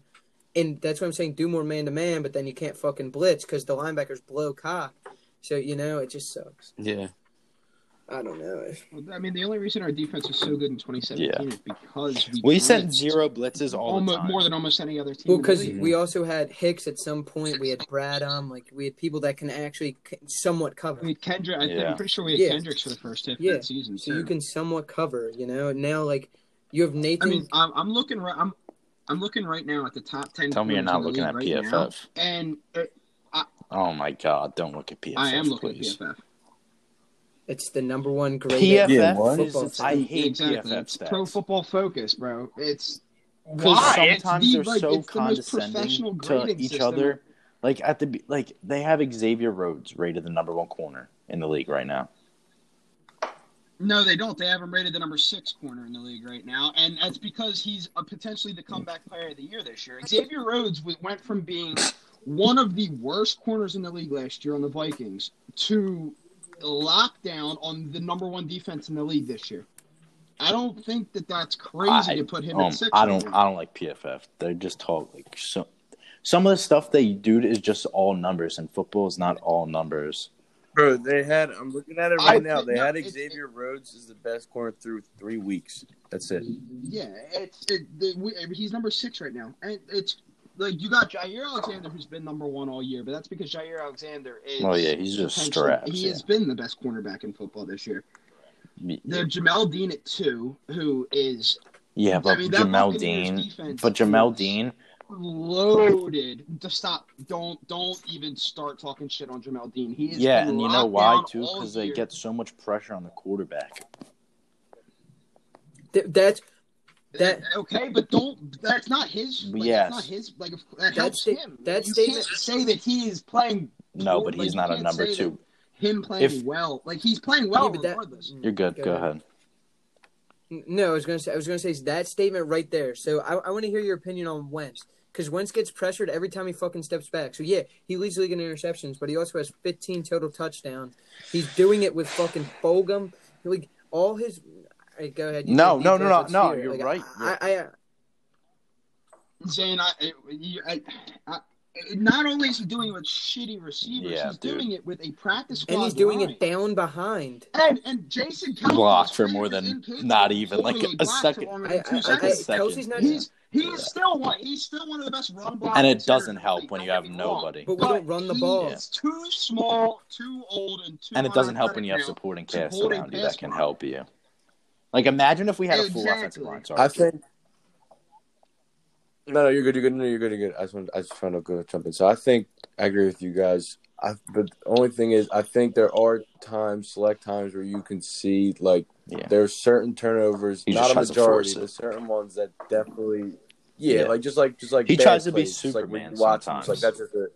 S2: and that's what I'm saying. Do more man to man, but then you can't fucking blitz because the linebackers blow cock. So you know it just sucks.
S4: Yeah.
S2: I don't know.
S1: I mean, the only reason our defense was so good in 2017
S3: Yeah.
S1: is because we,
S3: We sent
S1: blitzed
S3: zero blitzes all
S1: almost
S3: the time.
S1: more than almost any other team.
S2: Well,
S1: in the
S2: because
S1: league.
S2: we also had Hicks at some point. We had Bradham. Like we had people that can actually c- somewhat
S1: We
S2: cover.
S1: had Kendrick. I think,
S3: Yeah.
S1: I'm pretty sure we had
S2: Yeah.
S1: Kendricks for the first half of
S2: Yeah.
S1: that season.
S2: So
S1: too.
S2: you can somewhat cover. You know And now like You have
S1: I
S2: Nathan.
S1: mean, I'm, I'm looking right. I'm I'm looking right now at the top ten.
S3: Tell me you're
S1: corners
S3: not
S1: in the
S3: looking at
S1: league right now,
S3: PFF.
S1: and it,
S3: Oh my god, don't look at PFF,
S1: I am looking
S3: please.
S1: at PFF.
S2: it's the number one
S3: PFF
S2: grade.
S4: Yeah, what?
S3: is-
S2: Football
S3: I
S2: stats.
S3: hate
S1: exactly.
S3: PFF
S1: It's
S3: stats.
S1: Pro Football Focus, bro. It's
S3: because
S1: why It's
S3: sometimes
S1: the,
S3: they're
S1: like,
S3: so
S1: it's the most professional
S3: condescending to
S1: grading
S3: each
S1: system.
S3: other. Like at the be- like they have Xavier Rhodes rated the number one corner in the league right now.
S1: No, they don't. They have him rated the number six corner in the league right now, and that's because he's a potentially the comeback player of the year this year. Xavier Rhodes was, went from being one of the worst corners in the league last year on the Vikings to lockdown on the number one defense in the league this year. I don't think that that's crazy
S3: I-
S1: to put him
S3: Um,
S1: at six.
S3: I don't
S1: right
S3: I don't like PFF. They just talk like so. Some of the stuff they do is just all numbers, and football is not all numbers.
S4: Bro, they had. I'm looking at it
S1: I
S4: right now.
S1: think-
S4: They
S1: no,
S4: had
S1: it's-
S4: Xavier Rhodes as the best corner through three weeks. That's it.
S1: now. Yeah, it's it, the, we, he's number six right now, and it's like you got Jair Alexander, who's been number one all year, but that's because Jair Alexander is.
S3: Oh yeah, he's just
S1: potentially-
S3: strapped.
S1: He
S3: yeah.
S1: has been the best cornerback in football this year.
S3: Me-
S1: They have Jamel Dean at two, who is
S3: Yeah, but
S1: I mean, that
S3: Jamel
S1: Buccaneers
S3: Dean.
S1: defense
S3: But Jamel
S1: is
S3: Dean,
S1: loaded. Just stop! Don't don't even start talking shit on Jamel Dean. He is
S3: yeah,
S1: in
S3: and you know why
S1: lockdown
S3: too?
S1: all
S3: Because they
S1: year.
S3: get so much pressure on the quarterback.
S2: Th- that's that-
S1: okay, but don't. That's not his. Like,
S3: Yes.
S1: That's not his. Like if- that helps
S2: sta-
S1: him.
S2: that
S1: you
S2: statement-
S1: can't say that he is playing.
S3: No,
S1: poor-
S3: but
S1: like,
S3: he's
S1: you
S3: not a
S1: can't
S3: number
S1: say
S3: two.
S1: that Him playing
S3: If-
S1: well, like he's playing well
S2: Yeah, but that-
S1: regardless.
S3: You're good. Mm, Go ahead.
S2: N- No, I was gonna say I was gonna say that statement right there. So I, I want to hear your opinion on Wentz because Wentz gets pressured every time he fucking steps back. So yeah, he leads the league in interceptions, but he also has 15 total touchdowns. He's doing it with fucking Bogum. Like all his. All right, go ahead. you
S3: No,
S2: said
S3: no,
S2: defense,
S3: no, no,
S2: let's
S3: no,
S2: hear it.
S3: you're
S2: Like,
S3: right.
S2: I, I, I
S1: Zane, I, I- you- I, I, not only is he doing it with shitty receivers,
S3: Yeah,
S1: he's
S3: dude.
S1: doing it with a practice squad
S2: and he's doing
S1: line.
S2: it down behind.
S1: And, and Jason Kelsey
S3: Blocked for more than- not even, like, a second.
S2: I, I,
S1: Two
S2: I,
S1: seconds.
S3: second.
S2: Kelsey's not.
S1: he's he's still one. He's still one of the best run blockers.
S3: And
S1: in
S3: it
S1: the
S3: doesn't
S1: league,
S3: help when
S1: don't
S3: you have
S1: get me wrong.
S3: nobody.
S2: But we don't run the ball.
S1: He's too small, too old, and too.
S3: And it doesn't help when you have
S1: unathletic
S3: supporting
S1: to
S3: cast
S1: hold a
S3: around you that
S1: pass
S3: can
S1: block.
S3: help you. Like imagine if we had a full offensive
S1: Exactly.
S3: line. Sorry.
S4: I think. No, no, you're good. You're good. No, you're good. You're good. I just want. I just want to go jump in. So I think I agree with you guys. I, but the only thing is, I think there are times, select times, where you can see like
S3: Yeah.
S4: there's certain turnovers,
S3: He just
S4: not a
S3: tries to
S4: majority,
S3: force it.
S4: but certain ones that definitely. Yeah,
S3: Yeah.
S4: like just like just like
S3: He
S4: bad
S3: tries to be
S4: just like when
S3: Superman
S4: you watch him, it's
S3: sometimes.
S4: Like that's just a,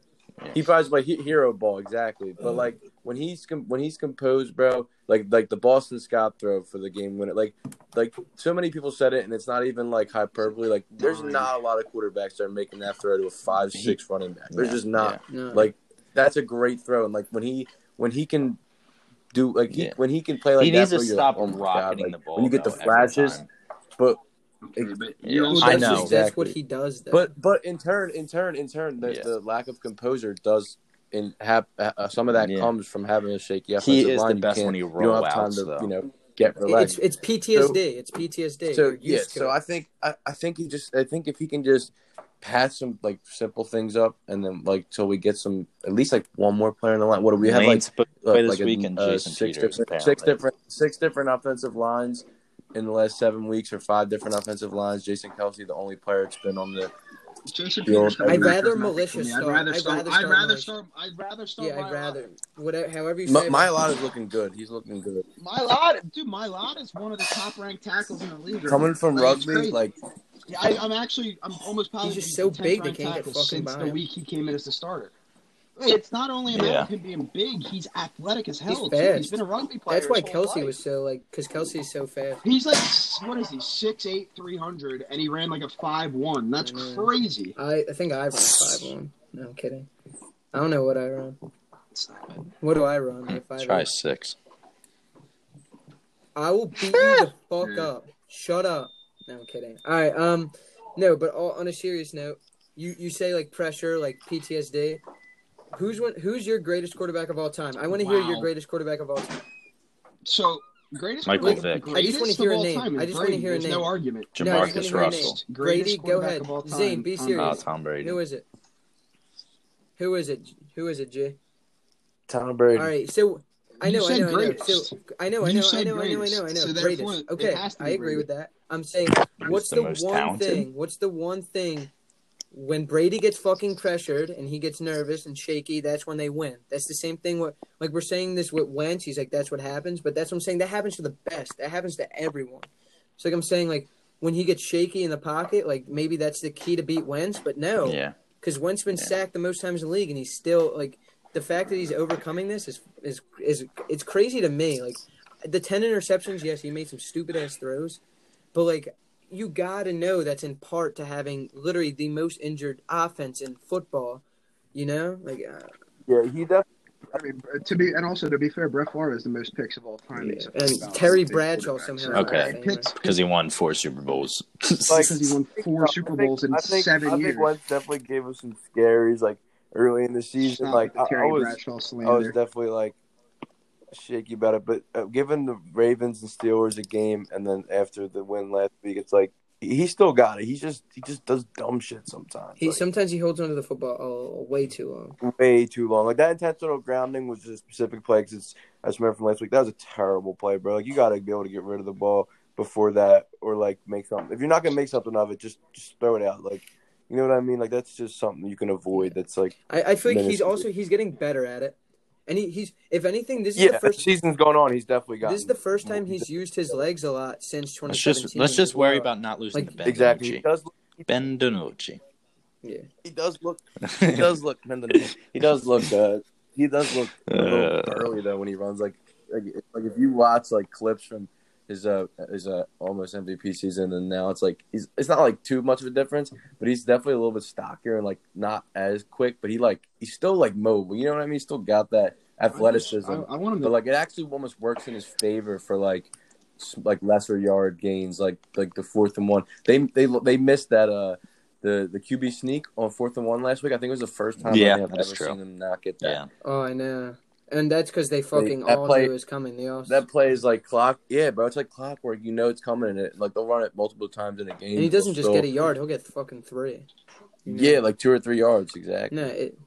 S3: Yeah.
S4: he tries to play he- hero ball exactly, but like when he's com- when he's composed, bro, like like the Boston Scott throw for the game winner, like like so many people said it, and it's not even like hyperbole. Like there's not a lot of quarterbacks that are making that throw to a five six running back. There's
S3: Yeah,
S4: just not
S2: No.
S4: like that's a great throw, and like when he when he can do like he,
S3: Yeah.
S4: when he can play like
S3: he
S4: that,
S3: needs to
S4: bro, you're
S3: stop
S4: like, oh my God,
S3: rocketing
S4: like,
S3: the ball.
S4: When you get
S3: though,
S4: the
S3: every
S4: flashes,
S3: time.
S4: but
S1: Okay, but
S3: Yeah.
S1: you
S2: Well,
S1: also
S3: I
S2: that's-
S3: know.
S2: that's
S4: Exactly.
S2: what he does. Though.
S4: But but in turn, in turn, in turn, the,
S3: Yeah.
S4: the lack of composure does in have uh, some of that
S3: Yeah.
S4: comes from having a shaky offensive
S3: He is
S4: line.
S3: the
S4: You
S3: best
S4: can't-
S3: when he
S4: you don't
S3: roll
S4: have time
S3: outs,
S4: to you
S3: though.
S4: know get
S2: it's
S4: relaxed.
S2: it's PTSD. it's PTSD.
S4: So
S2: You're used
S4: yeah,
S2: to
S4: so
S2: it.
S4: I think I, I think he just I think if he can just pass some like simple things up and then like till we get some at least like one more player in the line. What do we have like
S3: Lane's supposed to play
S4: uh,
S3: this
S4: like a-
S3: week, and
S4: uh,
S3: Jason
S4: six
S3: Peters
S4: different,
S3: apparently.
S4: six different six different offensive lines in the last seven weeks or five different offensive lines. Jason Kelsey, the only player that's been on the
S1: Jason
S4: Yo,
S1: Peters.
S4: I'd
S2: rather
S1: malicious.
S2: militia
S1: I'd
S2: start-
S1: rather
S2: I'd
S1: start.
S2: rather
S1: I'd
S2: start
S1: rather
S2: militia.
S1: start. I'd rather start.
S2: yeah, I'd
S1: Mario Lott.
S2: rather whatever. However you say.
S4: My,
S2: it.
S4: my lot is looking good. He's looking good.
S1: My lot, dude. My lot is one of the top ranked tackles in the league. right
S4: Coming
S1: now.
S4: from
S1: Like, it's
S4: rugby,
S1: crazy.
S4: like
S1: Yeah, I, I'm actually, I'm almost positive
S2: just so
S1: the 10th
S2: big they
S1: ranked
S2: can't get
S1: tackle
S2: fucking
S1: since
S2: by
S1: the
S2: him.
S1: week he came in as the starter. It's not only a matter of him being big; he's athletic as hell.
S2: He's
S1: too.
S2: fast.
S1: he's been a rugby player.
S2: That's why
S1: his whole
S2: Kelsey
S1: life.
S2: was so like, because Kelsey's so fast.
S1: He's like, what is he? Six eight, three hundred, and he ran like a five one. That's
S2: I know.
S1: crazy.
S2: I, I think I run five one. No I'm kidding. I don't know what I run.
S1: It's not good.
S2: What do I run? If I
S3: Try
S2: run?
S3: six.
S2: I will beat you the fuck
S1: Yeah.
S2: up. Shut up. No I'm kidding. All right. Um, no, but all, on a serious note, you you say like pressure, like PTSD. Who's one, Who's your greatest quarterback of all time? I want to hear your
S1: Wow.
S2: greatest quarterback of all time.
S1: So greatest
S3: Michael
S1: quarterback-
S3: Vick.
S2: I just
S1: greatest
S2: wanna
S1: of
S2: hear a
S1: all
S2: name.
S1: time. is
S2: I just wanna
S1: Brady.
S2: hear a
S1: There's no
S2: name.
S1: argument.
S2: No, I just
S3: Jamarcus
S2: wanna hear his
S3: Russell.
S1: Greatest
S2: Brady, go
S1: quarterback
S2: ahead.
S1: of all time.
S2: Zane, be
S1: Um,
S3: Ah,
S2: serious.
S3: Tom Brady.
S2: Who is it? Who is it? Who is it, Jay?
S4: Tom Brady.
S2: All right, so I
S1: You
S2: know, I
S1: said
S2: know, I know.
S1: greatest.
S2: So I know, I
S1: You
S2: know, I
S1: said
S2: know, I know, I know, I
S1: greatest,
S2: know.
S1: so therefore
S2: greatest.
S1: it
S2: Okay,
S1: has to
S2: I
S1: be
S2: agree with that. I'm saying
S3: Aaron's
S2: What's
S3: the,
S2: the,
S3: most
S2: one
S3: talented.
S2: thing? What's the one thing when Brady gets fucking pressured and he gets nervous and shaky? That's when they win. That's the same thing. What like we're saying this with Wentz. He's like, that's what happens. But that's what I'm saying. That happens to the best. That happens to everyone. So like I'm saying, like when he gets shaky in the pocket, like maybe that's the key to beat Wentz. But no,
S3: Yeah,
S2: because Wentz been
S3: Yeah.
S2: sacked the most times in the league, and he's still like the fact that he's overcoming this is is is it's crazy to me. Like the ten interceptions, yes, he made some stupid ass throws, but like you gotta know that's in part to having literally the most injured offense in football. You know, like uh,
S4: Yeah, he definitely.
S1: I mean, uh, to be and also to be fair, Brett Favre is the most picks of all time.
S2: Yeah.
S1: except
S2: And
S1: for about
S2: Terry
S1: 15
S2: Bradshaw
S1: quarterbacks.
S2: somehow
S3: Okay.
S1: Like, Pitts-
S3: because he won four Super Bowls.
S4: Like-
S1: because he won four Super Bowls in
S4: I think,
S1: seven
S4: I
S1: years.
S4: think Wentz definitely gave us some scaries like early in the
S1: It's
S4: season.
S1: not
S4: like
S1: the
S4: I, I
S1: Terry
S4: was,
S1: Bradshaw
S4: I was
S1: slander.
S4: definitely like shaky about it. But uh, given the Ravens and Steelers a game, and then after the win last week, it's like he he still got it. He just he just does dumb shit sometimes.
S2: he
S4: like,
S2: sometimes he holds onto the football uh, way too long.
S4: way too long. Like that intentional grounding was a specific play because it's I just remember from last week. That was a terrible play, bro. Like you got to be able to get rid of the ball before that, or like make something. If you're not gonna make something of it, just just throw it out. Like you know what I mean? Like that's just something you can avoid. That's like
S2: I, I feel like he's
S4: Minnesota.
S2: also he's getting better at it, and he, he's if anything this is
S4: yeah,
S2: the
S4: the
S2: first
S4: season's going on. He's definitely got
S2: This is the first time he's used his legs a lot since 2017.
S3: let's just let's just worry about not losing
S2: Like-
S3: to Ben
S4: exactly. He
S3: DiNucci.
S4: does. Look,
S3: Ben DiNucci.
S4: he does look. He does look. he does look. Uh, he does look a little
S3: Uh.
S4: burly though when he runs. Like, like, if- like if you watch like clips from his uh his uh almost MVP season and now it's like he's it's not like too much of a difference, but he's definitely a little bit stockier and like not as quick. But he like he's still like mobile. You know what I mean? He's still got that athleticism.
S1: I, I want him to
S4: but like it actually almost works in his favor for like s- like lesser yard gains like like the fourth and one they they they missed that uh the the QB sneak on fourth and one last week I think it was the first time
S3: Yeah,
S4: I think I've
S3: that's
S4: ever
S3: true.
S4: seen them not get that
S3: Yeah.
S2: Oh, I know, and that's because they fucking
S4: that
S2: all
S4: play-
S2: knew it was coming. They all
S4: that play is like clock yeah bro it's like clockwork you know it's coming and it like they'll run it multiple times in a game
S2: and he doesn't
S4: They'll
S2: just get a
S4: still-
S2: yard; he'll get fucking three. You know?
S4: yeah like two or three yards exactly
S2: No, it,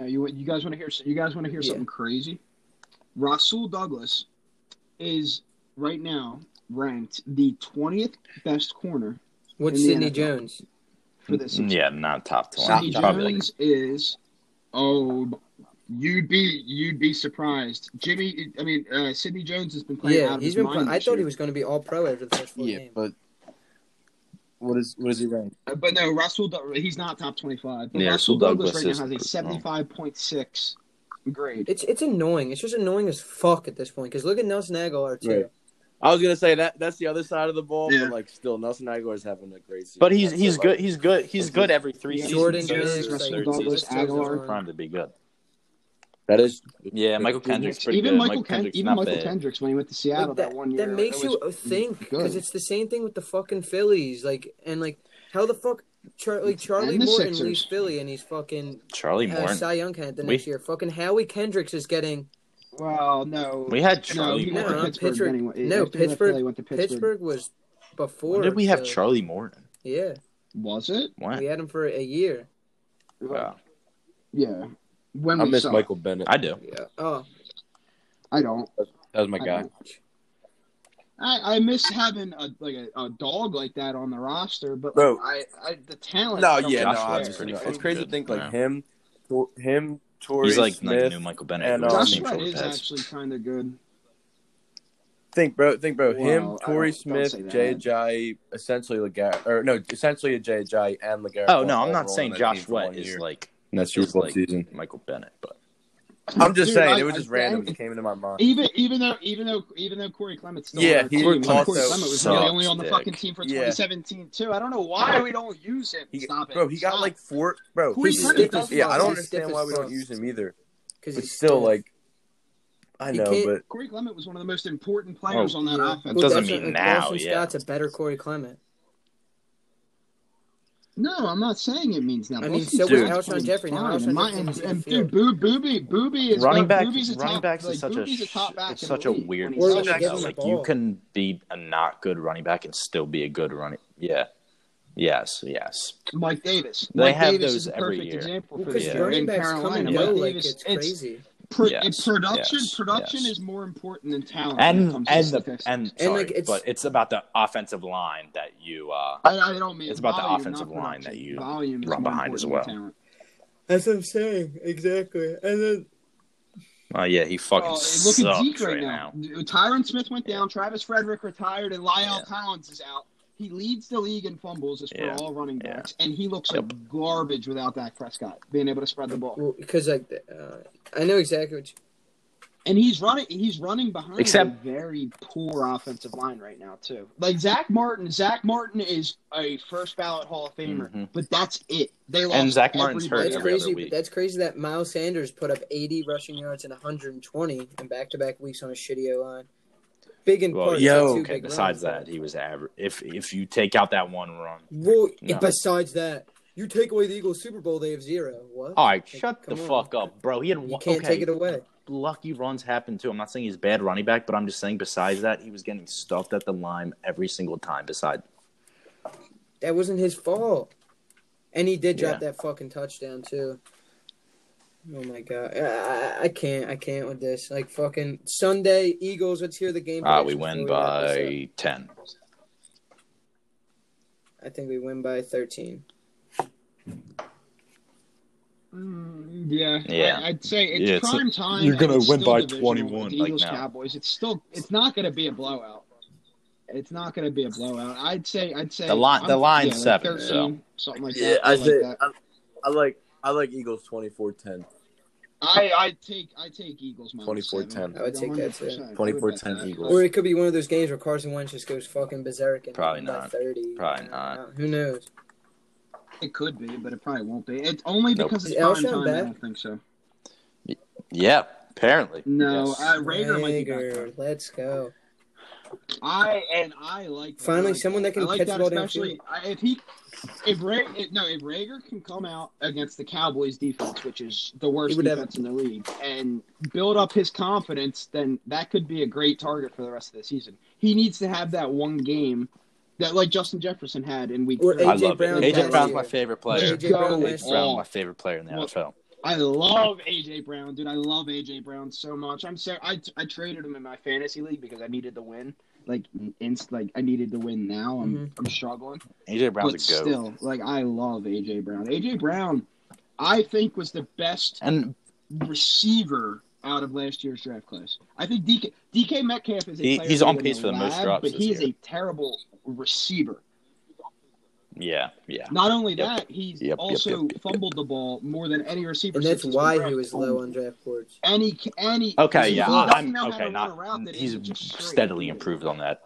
S1: Now you you guys want to hear you guys want to hear
S2: Yeah.
S1: something crazy? Rasul Douglas is right now ranked the twentieth best corner
S2: what's
S1: In the
S2: Sidney
S1: NFL.
S2: Jones?
S1: for this season.
S3: Yeah, not top
S1: Sidney
S3: twenty. Probably like
S1: Jones is oh you'd be you'd be surprised. Jimmy, I mean uh, Sidney Jones has been playing. out
S2: Yeah,
S1: of
S2: he's
S1: his
S2: been.
S1: mind
S2: Playing, I
S1: this
S2: thought he
S1: year.
S2: was going to be all pro after the first four
S4: yeah
S2: games.
S4: but what is what is he ranked
S1: Uh, But no, Russell. Doug- He's not top twenty-five. But
S3: Yeah,
S1: Russell
S3: Rasul
S1: Douglas, right
S3: Douglas
S1: now
S3: is-
S1: has a seventy-five point six grade.
S2: It's it's annoying. It's just annoying as fuck at this point. Because look at Nelson Aguilar too.
S4: Right. I was gonna say that that's the other side of the ball
S1: Yeah.
S4: but like still Nelson Aguilar is having a great season
S3: But he's
S4: That's
S3: he's
S4: it, like-
S3: good. He's good. He's
S4: That's
S3: good
S4: it.
S3: every three seasons.
S2: Jordan
S3: so
S2: Diggs,
S3: this is his
S1: like,
S3: third
S1: Douglas
S3: season.
S1: Aguilar.
S3: Prime to be good.
S4: That is
S3: Yeah, Michael Kendrick's pretty
S1: even
S3: good.
S1: Michael, Ken-
S3: Kendrick's
S1: even
S3: not
S1: Michael
S3: bad.
S1: Kendricks when he went to Seattle
S2: Like,
S1: that, one year.
S2: That makes
S1: it
S2: you
S1: was
S2: think
S1: good.
S2: because it's the same thing with the fucking Phillies. Like and like how the fuck Char- like Charlie
S1: the
S2: Morton
S1: Sixers.
S2: leaves Philly and he's fucking
S3: Charlie
S2: uh,
S3: Morton.
S2: Cy Young had the
S3: We-
S2: next year. Fucking Howie Kendricks is getting
S1: Well, no,
S3: We had
S1: no,
S3: Charlie
S1: he went
S2: No,
S1: to
S2: no,
S3: Morton.
S1: Pittsburgh.
S2: Pittsburgh-
S1: anyway.
S2: no,
S1: After he left
S2: Pittsburgh-
S1: LA, he went to Pittsburgh.
S2: Pittsburgh, was before.
S3: When did we have
S2: Philly.
S3: Charlie Morton?
S2: Yeah,
S1: Was it?
S3: When?
S2: we had him for a year.
S3: Wow.
S1: Yeah. When
S4: I
S1: we
S4: miss
S1: saw-
S4: Michael Bennett.
S3: I do.
S2: Yeah. Oh,
S1: I don't.
S4: That was my
S1: I
S4: guy.
S1: don't. I, I miss having a like a, a dog like that on the roster, but
S4: Bro.
S1: like, I, I the talent.
S4: No,
S1: comes
S4: yeah,
S1: from
S3: Josh
S4: no,
S1: there.
S3: Allen's
S4: it's,
S3: pretty
S4: no,
S3: fucking
S4: it's crazy
S3: good,
S4: to think like
S3: yeah.
S4: him, Tor- him, Torrey
S3: He's like
S4: Smith.
S3: like new Michael Bennett.
S4: and,
S3: who
S4: um,
S3: was
S1: Josh
S3: named
S1: Sweat
S3: for
S1: is
S3: Lopez.
S1: actually kind of good.
S4: think, bro, think, bro.
S1: Wow, I
S4: him,
S1: don't-
S4: Torrey
S1: don't say
S4: Smith,
S1: that.
S4: Jay Jai, essentially Legarrette, or no, essentially Jay Jai and Legarrette.
S3: Oh no,
S4: all
S3: I'm
S4: were on
S3: not saying
S4: that team
S3: Josh
S4: for
S3: Sweat
S4: one
S3: is
S4: year.
S3: like
S4: And that's
S3: is like
S4: season.
S3: Michael Bennett, but
S4: I'm just
S1: Dude,
S4: saying
S1: I-
S4: it was just
S1: I-
S4: random.
S1: I-
S4: It came into my mind.
S1: Even even though even though even though Corey Clement's still
S4: Yeah,
S1: on our
S4: he-
S1: team,
S4: Corey
S1: like,
S4: Clement
S1: Corey Clement was
S3: sucks
S1: really only on the
S3: dick.
S1: fucking team for
S4: Yeah.
S1: 2017 too. I don't know why we don't use him.
S4: He,
S1: Stop it,
S4: bro, he got
S1: Stop.
S4: like four. Bro,
S1: Corey
S4: he's
S1: Clement
S4: stiff
S1: does
S4: as- yeah. I
S1: suck.
S4: don't
S2: He's stiff
S4: understand why
S2: as
S4: we don't
S2: fuck.
S4: use him either.
S2: because
S4: But
S2: he's
S4: still,
S2: stiff.
S4: like, I
S2: He
S4: know,
S2: can't-
S4: but
S1: Corey Clement was one of the most important players
S3: Oh,
S1: on that
S2: Yeah.
S1: offense.
S3: Well, doesn't
S2: that's
S3: mean
S2: what-
S3: now,
S2: Boston
S3: yeah.
S2: Scott's a better Corey Clement.
S1: No, I'm not saying it means nothing.
S2: I mean,
S1: Boston
S2: so
S3: was
S1: Scott's
S2: Alshon
S1: playing
S2: Jeffrey. Now
S1: fine.
S2: Alshon
S1: My-
S2: Jeffrey
S1: and,
S2: is in
S1: and
S2: the
S1: dude, Boo, Booby, Booby is
S3: running
S1: uh,
S3: back.
S1: Booby's a top,
S3: Running backs
S1: like,
S3: is such a
S1: Booby's
S3: sh-
S1: top back
S3: it's
S1: in
S3: such
S1: the
S3: a
S1: league
S3: weird
S1: when he's
S2: Or when
S3: position.
S2: they give
S3: though.
S2: him the
S3: Like you
S2: ball.
S3: can be a not good running back and still be a good running. Yeah. Yes. Yes.
S1: Mike Davis.
S3: They
S1: Mike
S3: have
S1: Davis
S3: those
S1: is a
S3: every
S1: perfect
S3: year.
S1: example for
S2: Because
S1: this.
S3: Yeah.
S1: year.
S2: running
S1: in
S2: backs come
S1: Carolina,
S2: and
S1: Mike
S2: go like
S1: Davis,
S2: it's crazy.
S1: Pro-
S3: Yes,
S1: production
S3: yes,
S1: production
S3: yes.
S1: is more important than talent. when it
S3: and
S1: comes to
S3: and the,
S1: statistics.
S3: and
S2: And,
S3: sorry,
S2: like, it's-
S3: but it's about the offensive line that you. Uh,
S1: I, I don't mean
S3: It's about the
S1: volume,
S3: offensive
S1: not
S3: line
S1: production.
S3: that you
S1: volume is
S3: run
S1: more
S3: behind as
S1: important than
S3: well.
S1: talent.
S2: That's what I'm saying. Exactly. And then
S3: oh yeah, he fucking
S1: Oh, and
S3: sucks
S1: look at Zeke
S3: right,
S1: right now. Tyron Smith went down. Travis Frederick retired, and Lyle
S3: Yeah.
S1: Collins is out. He leads the league in fumbles as for
S3: Yeah.
S1: all running
S3: Yeah.
S1: backs, and he looks like garbage without Dak Prescott being able to spread the ball.
S2: because like uh, I know exactly what you,
S1: And he's running. He's running behind
S3: Except-
S1: a very poor offensive line right now too. Like Zach Martin. Zach Martin is a first ballot Hall of Famer,
S3: Mhm.
S1: but that's it. They lost
S3: And Zach Martin's
S1: everybody
S3: hurt
S2: that's
S1: else.
S3: every other
S2: crazy.
S3: week.
S2: But that's crazy that Miles Sanders put up 80 rushing yards and 120 in back-to-back weeks on a shitty O line. Big in
S3: Well,
S2: part.
S3: yeah,
S4: yo,
S2: two
S3: okay.
S2: big
S3: Besides
S2: runs.
S3: that, he was average. If if you take out that one run,
S2: Well,
S3: No.
S2: besides that, you take away the Eagles Super Bowl, they have zero. What?
S3: all right,
S2: Like,
S3: shut the
S2: come on.
S3: fuck up, bro. He had
S2: You
S3: one.
S2: can't
S3: Oh, okay,
S2: take it away.
S3: lucky runs happen too. I'm not saying he's a bad running back, but I'm just saying besides that, he was getting stuffed at the line every single time. Beside,
S2: That wasn't his fault. And he did drop
S3: Yeah.
S2: that fucking touchdown too. Oh my god, I, I- I can't, I can't with this. Like fucking Sunday Eagles. Let's hear the game.
S3: ah, we
S2: predictions
S3: win
S2: before wrap this
S3: by ten.
S2: up. I think we win by thirteen.
S1: Mm, yeah,
S3: Yeah.
S1: I, would say it's
S3: Yeah, it's
S1: prime
S3: a-
S1: time.
S3: you're
S1: and
S3: gonna
S1: it's
S3: win
S1: still
S3: by
S1: divisional
S3: 21,
S1: with the
S3: like
S1: Eagles
S3: now.
S1: Cowboys. It's still it's not gonna be a blowout. It's not gonna be a blowout. I'd say I'd say
S3: The line- the
S1: I'm-
S3: line's
S1: like
S3: seven, so.
S1: something like
S4: Yeah,
S1: that.
S4: I
S1: like
S4: say
S1: that.
S4: I, I like I like Eagles 24-10.
S1: I I take I take Eagles minus
S4: 24-10.
S1: seven.
S2: I would take that, too.
S1: 100%. I would
S4: 24-10
S1: bet that.
S4: Eagles.
S2: Or it could be one of those games where Carson Wentz just goes fucking berserk and
S3: Probably
S2: win by
S3: not.
S2: thirty.
S3: Probably
S2: I don't
S3: not.
S2: know. Who knows?
S1: It could be, but it probably won't be. It's only
S3: Nope.
S1: because
S2: Is
S1: it's prime
S2: Alshon
S1: time. I
S2: back?
S1: don't think so.
S3: Yeah, apparently.
S2: Mm-hmm.
S1: No,
S3: Yes.
S1: uh, Rager might be back. though.
S2: Rager, let's go.
S1: I and I like
S2: Finally,
S1: I like
S2: someone that can
S1: I like
S2: catch
S1: that
S2: the ball downfield.
S1: especially I, if he if Ra- if, no if Rager can come out against the Cowboys defense, which is the worst
S2: He would have-
S1: defense in the league, and build up his confidence, then that could be a great target for the rest of the season. He needs to have that one game that like Justin Jefferson had in week.
S2: Or
S1: three.
S3: I
S2: AJ
S3: love
S2: Brown
S3: it.
S1: last
S3: AJ Brown's
S1: year.
S3: my favorite player.
S2: AJ Brown
S1: Go
S2: last
S3: AJ Brown's
S1: off.
S3: my favorite player in the
S1: Well,
S3: NFL.
S1: I love AJ Brown, dude. I love AJ Brown so much. I'm so I, I traded him in my fantasy league because I needed the win. Like inst, like I needed the win now.
S2: Mm-hmm.
S1: I'm I'm struggling,
S3: AJ Brown's
S1: but
S3: a goat.
S1: still, like I love AJ Brown. AJ Brown, I think was the best
S3: and
S1: receiver out of last year's draft class. I think DK DK Metcalf is a
S3: He-
S1: player
S3: he's on
S1: who
S3: pace for the most
S1: allowed,
S3: drops
S1: but
S3: this
S1: he is
S3: year.
S1: a terrible receiver.
S3: yeah, yeah.
S1: Not only
S3: Yep.
S1: that, he's
S3: Yep, yep,
S1: also
S3: yep, yep, yep.
S1: fumbled the ball more than any receiver.
S2: And that's
S1: since he's been
S2: why he
S1: drafted.
S2: was low on draft boards.
S1: any any
S3: Okay,
S1: he
S3: yeah.
S1: doesn't
S3: I'm
S1: know how to run
S3: okay.
S1: a route
S3: Not
S1: that
S3: he's
S1: isn't just straight.
S3: steadily improved on that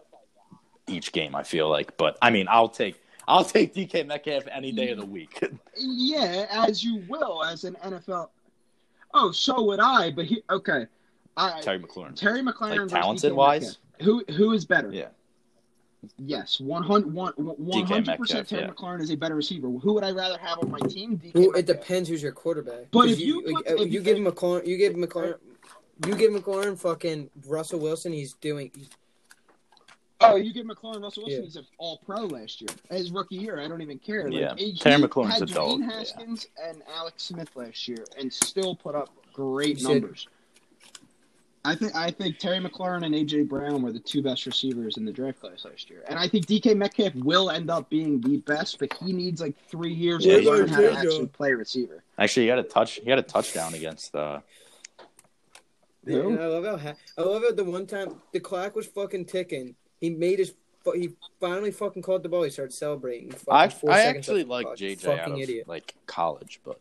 S3: each game. I feel like, but I mean, I'll take I'll take DK Metcalf any day of the week.
S1: Yeah, as you will as an NFL. Oh, so would I. But he okay. I
S3: Terry McLaurin.
S1: Terry McLaren versus
S3: talented
S1: DK
S3: wise?
S1: Metcalf. who who is better?
S3: Yeah.
S1: Yes, 100 percent.
S3: Metcalf,
S1: Terry
S3: yeah.
S1: McLaurin is a better receiver. Who would I rather have on my team? DK
S2: Well, it
S1: Metcalf.
S2: depends who's your quarterback.
S1: But
S2: 'Cause
S1: if you put-
S2: like, uh,
S1: if
S2: you
S1: you-
S2: give McLaurin, you give McLaurin, you give McLaurin fucking Russell Wilson, he's doing. he's-
S1: Oh, you give McLaurin Russell Wilson.
S2: Yeah.
S1: He's an All Pro last year. His rookie year, I don't even care. Like,
S3: Yeah.
S1: he
S3: Terry McLaurin's
S1: had
S3: a
S1: Dwayne
S3: dog, yeah.
S1: Haskins and Alex Smith last year, and still put up great
S2: You said-
S1: numbers. I think I think Terry McLaurin and AJ Brown were the two best receivers in the draft class last year, and I think DK Metcalf will end up being the best, but he needs like three years
S3: Yeah,
S1: to
S3: he's
S1: learn
S3: gonna
S1: how to
S2: do it.
S1: actually play receiver.
S3: Actually, he got a touch. He got a touchdown against uh,
S1: Who?
S2: And I love how ha- I love how the one time the clock was fucking ticking, he made his fu- he finally fucking caught the ball. He started celebrating. Fucking
S3: I,
S2: four
S3: I
S2: seconds
S3: actually
S2: left on the
S3: like
S2: clock.
S3: JJ out
S2: Fucking
S3: of
S2: idiot.
S3: like college, but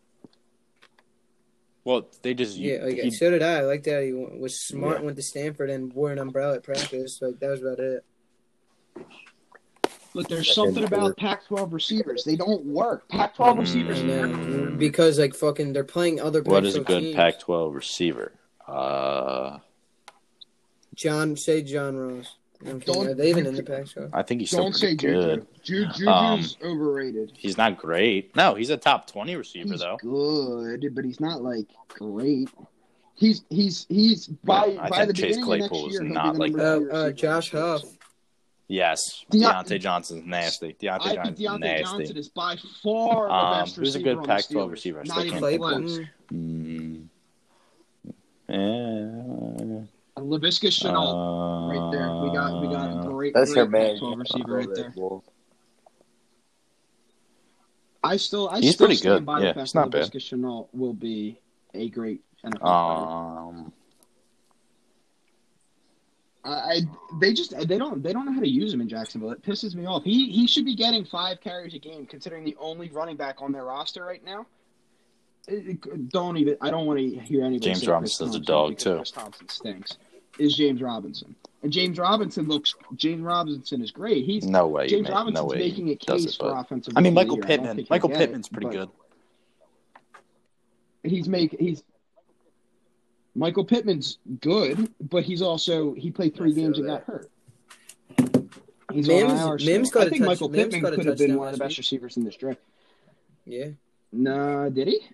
S3: well, they just
S2: Yeah, like,
S3: he-
S2: so did I. I liked that he w- was smart
S3: Yeah.
S2: and went to Stanford and wore an umbrella at practice. Like that was about it.
S1: But there's
S4: That
S1: something
S4: didn't
S1: about
S4: work.
S1: Pac-12 receivers; they don't work. Pac-12 receivers
S2: I
S3: Mm,
S1: never
S2: know because like fucking they're playing other.
S3: what is a
S2: Pac-12
S3: good
S2: teams.
S3: Pac-12 receiver? Uh,
S2: John say John Ross. Okay,
S1: Don't-
S2: are they even in the Pac-12?
S3: I think he's still
S1: Don't say
S3: pretty
S1: Juju.
S3: good.
S1: Ju- Juju's
S3: Um,
S1: overrated.
S3: He's not great. No, he's a top twenty receiver
S1: He's
S3: though.
S1: good, but he's not like great. He's he's he's by
S3: I
S1: by
S3: think
S1: the
S3: Chase
S1: beginning of
S3: Claypool
S1: next
S3: is
S1: year. he'll be
S3: not
S1: the
S3: like
S1: number two
S2: Uh, uh,
S1: receiver.
S2: Josh Huff.
S3: Yes,
S1: Deont-
S3: Deontay Johnson's nasty. Deontay
S1: I think
S3: Johnson's
S1: Deontay
S3: nasty.
S1: Johnson is by far the
S3: Um,
S1: best
S3: who's a
S1: receiver
S3: good
S1: on the
S3: Pac-12
S1: Steelers.
S3: receiver? I
S1: Not
S3: still
S1: even
S3: can't think of
S1: close.
S2: Claypool.
S3: Mm, Yeah.
S1: Lavisca
S3: Uh,
S1: Chenault, right there. We got we got a great,
S5: That's
S1: great
S5: your man.
S1: Pac-12 receiver right there.
S5: Wolf.
S1: I still I
S3: He's
S1: still
S3: pretty
S1: stand
S3: good.
S1: by
S3: Yeah,
S1: the fact
S3: it's not
S1: that
S3: bad.
S1: Lavisca Chenault will be a great NFL player.
S3: Um,
S1: I, I they just they don't they don't know how to use him in Jacksonville. It pisses me off. He he should be getting five carries a game, considering the only running back on their roster right now. It- it- don't even. I don't want to hear anybody.
S3: James
S1: say Chris
S3: Robinson's a
S1: Thompson
S3: dog,
S1: because
S3: too.
S1: Chris Thompson stinks. Is James Robinson and James Robinson looks. James Robinson is great. He's
S3: no way. you
S1: James
S3: make-
S1: Robinson's
S3: no way.
S1: making a
S3: he does
S1: case
S3: it,
S1: for
S3: but-
S1: offensive.
S3: I mean,
S1: rookie of
S3: Michael
S1: the year. I don't
S3: Pittman.
S1: think he'll
S3: Michael
S1: get it,
S3: Pittman's pretty
S1: but
S3: good.
S1: He's make he's. Michael Pittman's good, but he's also he played three
S2: I feel
S1: games and
S2: that.
S1: got hurt. He's
S2: Mims-
S1: on IR still.
S2: Mims got
S1: I
S2: a
S1: think
S2: touch-
S1: Michael
S2: Mims
S1: Pittman
S2: got a
S1: could have been
S2: touchdown
S1: one of the
S2: last
S1: best
S2: week.
S1: receivers in this draft.
S2: Yeah.
S1: Nah, did he?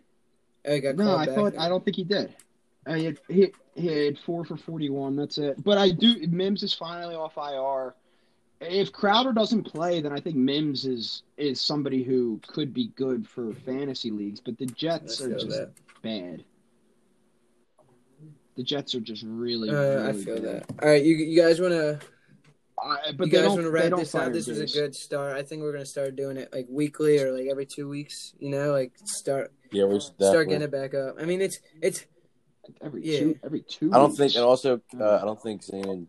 S2: I got
S1: No,
S2: called
S1: I
S2: back.
S1: thought I don't think he did. I had, he, he had four for forty-one. That's it. But I do. Mims is finally off IR. If Crowder doesn't play, then I think Mims is is somebody who could be good for fantasy leagues. But the Jets
S2: Let's
S1: are
S2: go
S1: just
S2: that.
S1: bad. The Jets are just really.
S2: Uh, I
S1: really
S2: feel
S1: bad.
S2: that. All right, you you guys want to
S1: I, but
S2: you
S1: they
S2: guys
S1: don't.
S2: want to
S1: they
S2: wrap
S1: don't
S2: this up?
S1: fire
S2: This was a
S1: Diggs.
S2: good start. I think we're gonna start doing it like weekly or like every two weeks. You know, like start
S4: Yeah, we should
S2: start
S4: definitely-
S2: getting it back up. I mean, it's it's
S1: every
S2: yeah.
S1: two every two.
S4: I don't
S1: weeks.
S2: Mm-hmm.
S4: think, and also, uh, I don't think Zane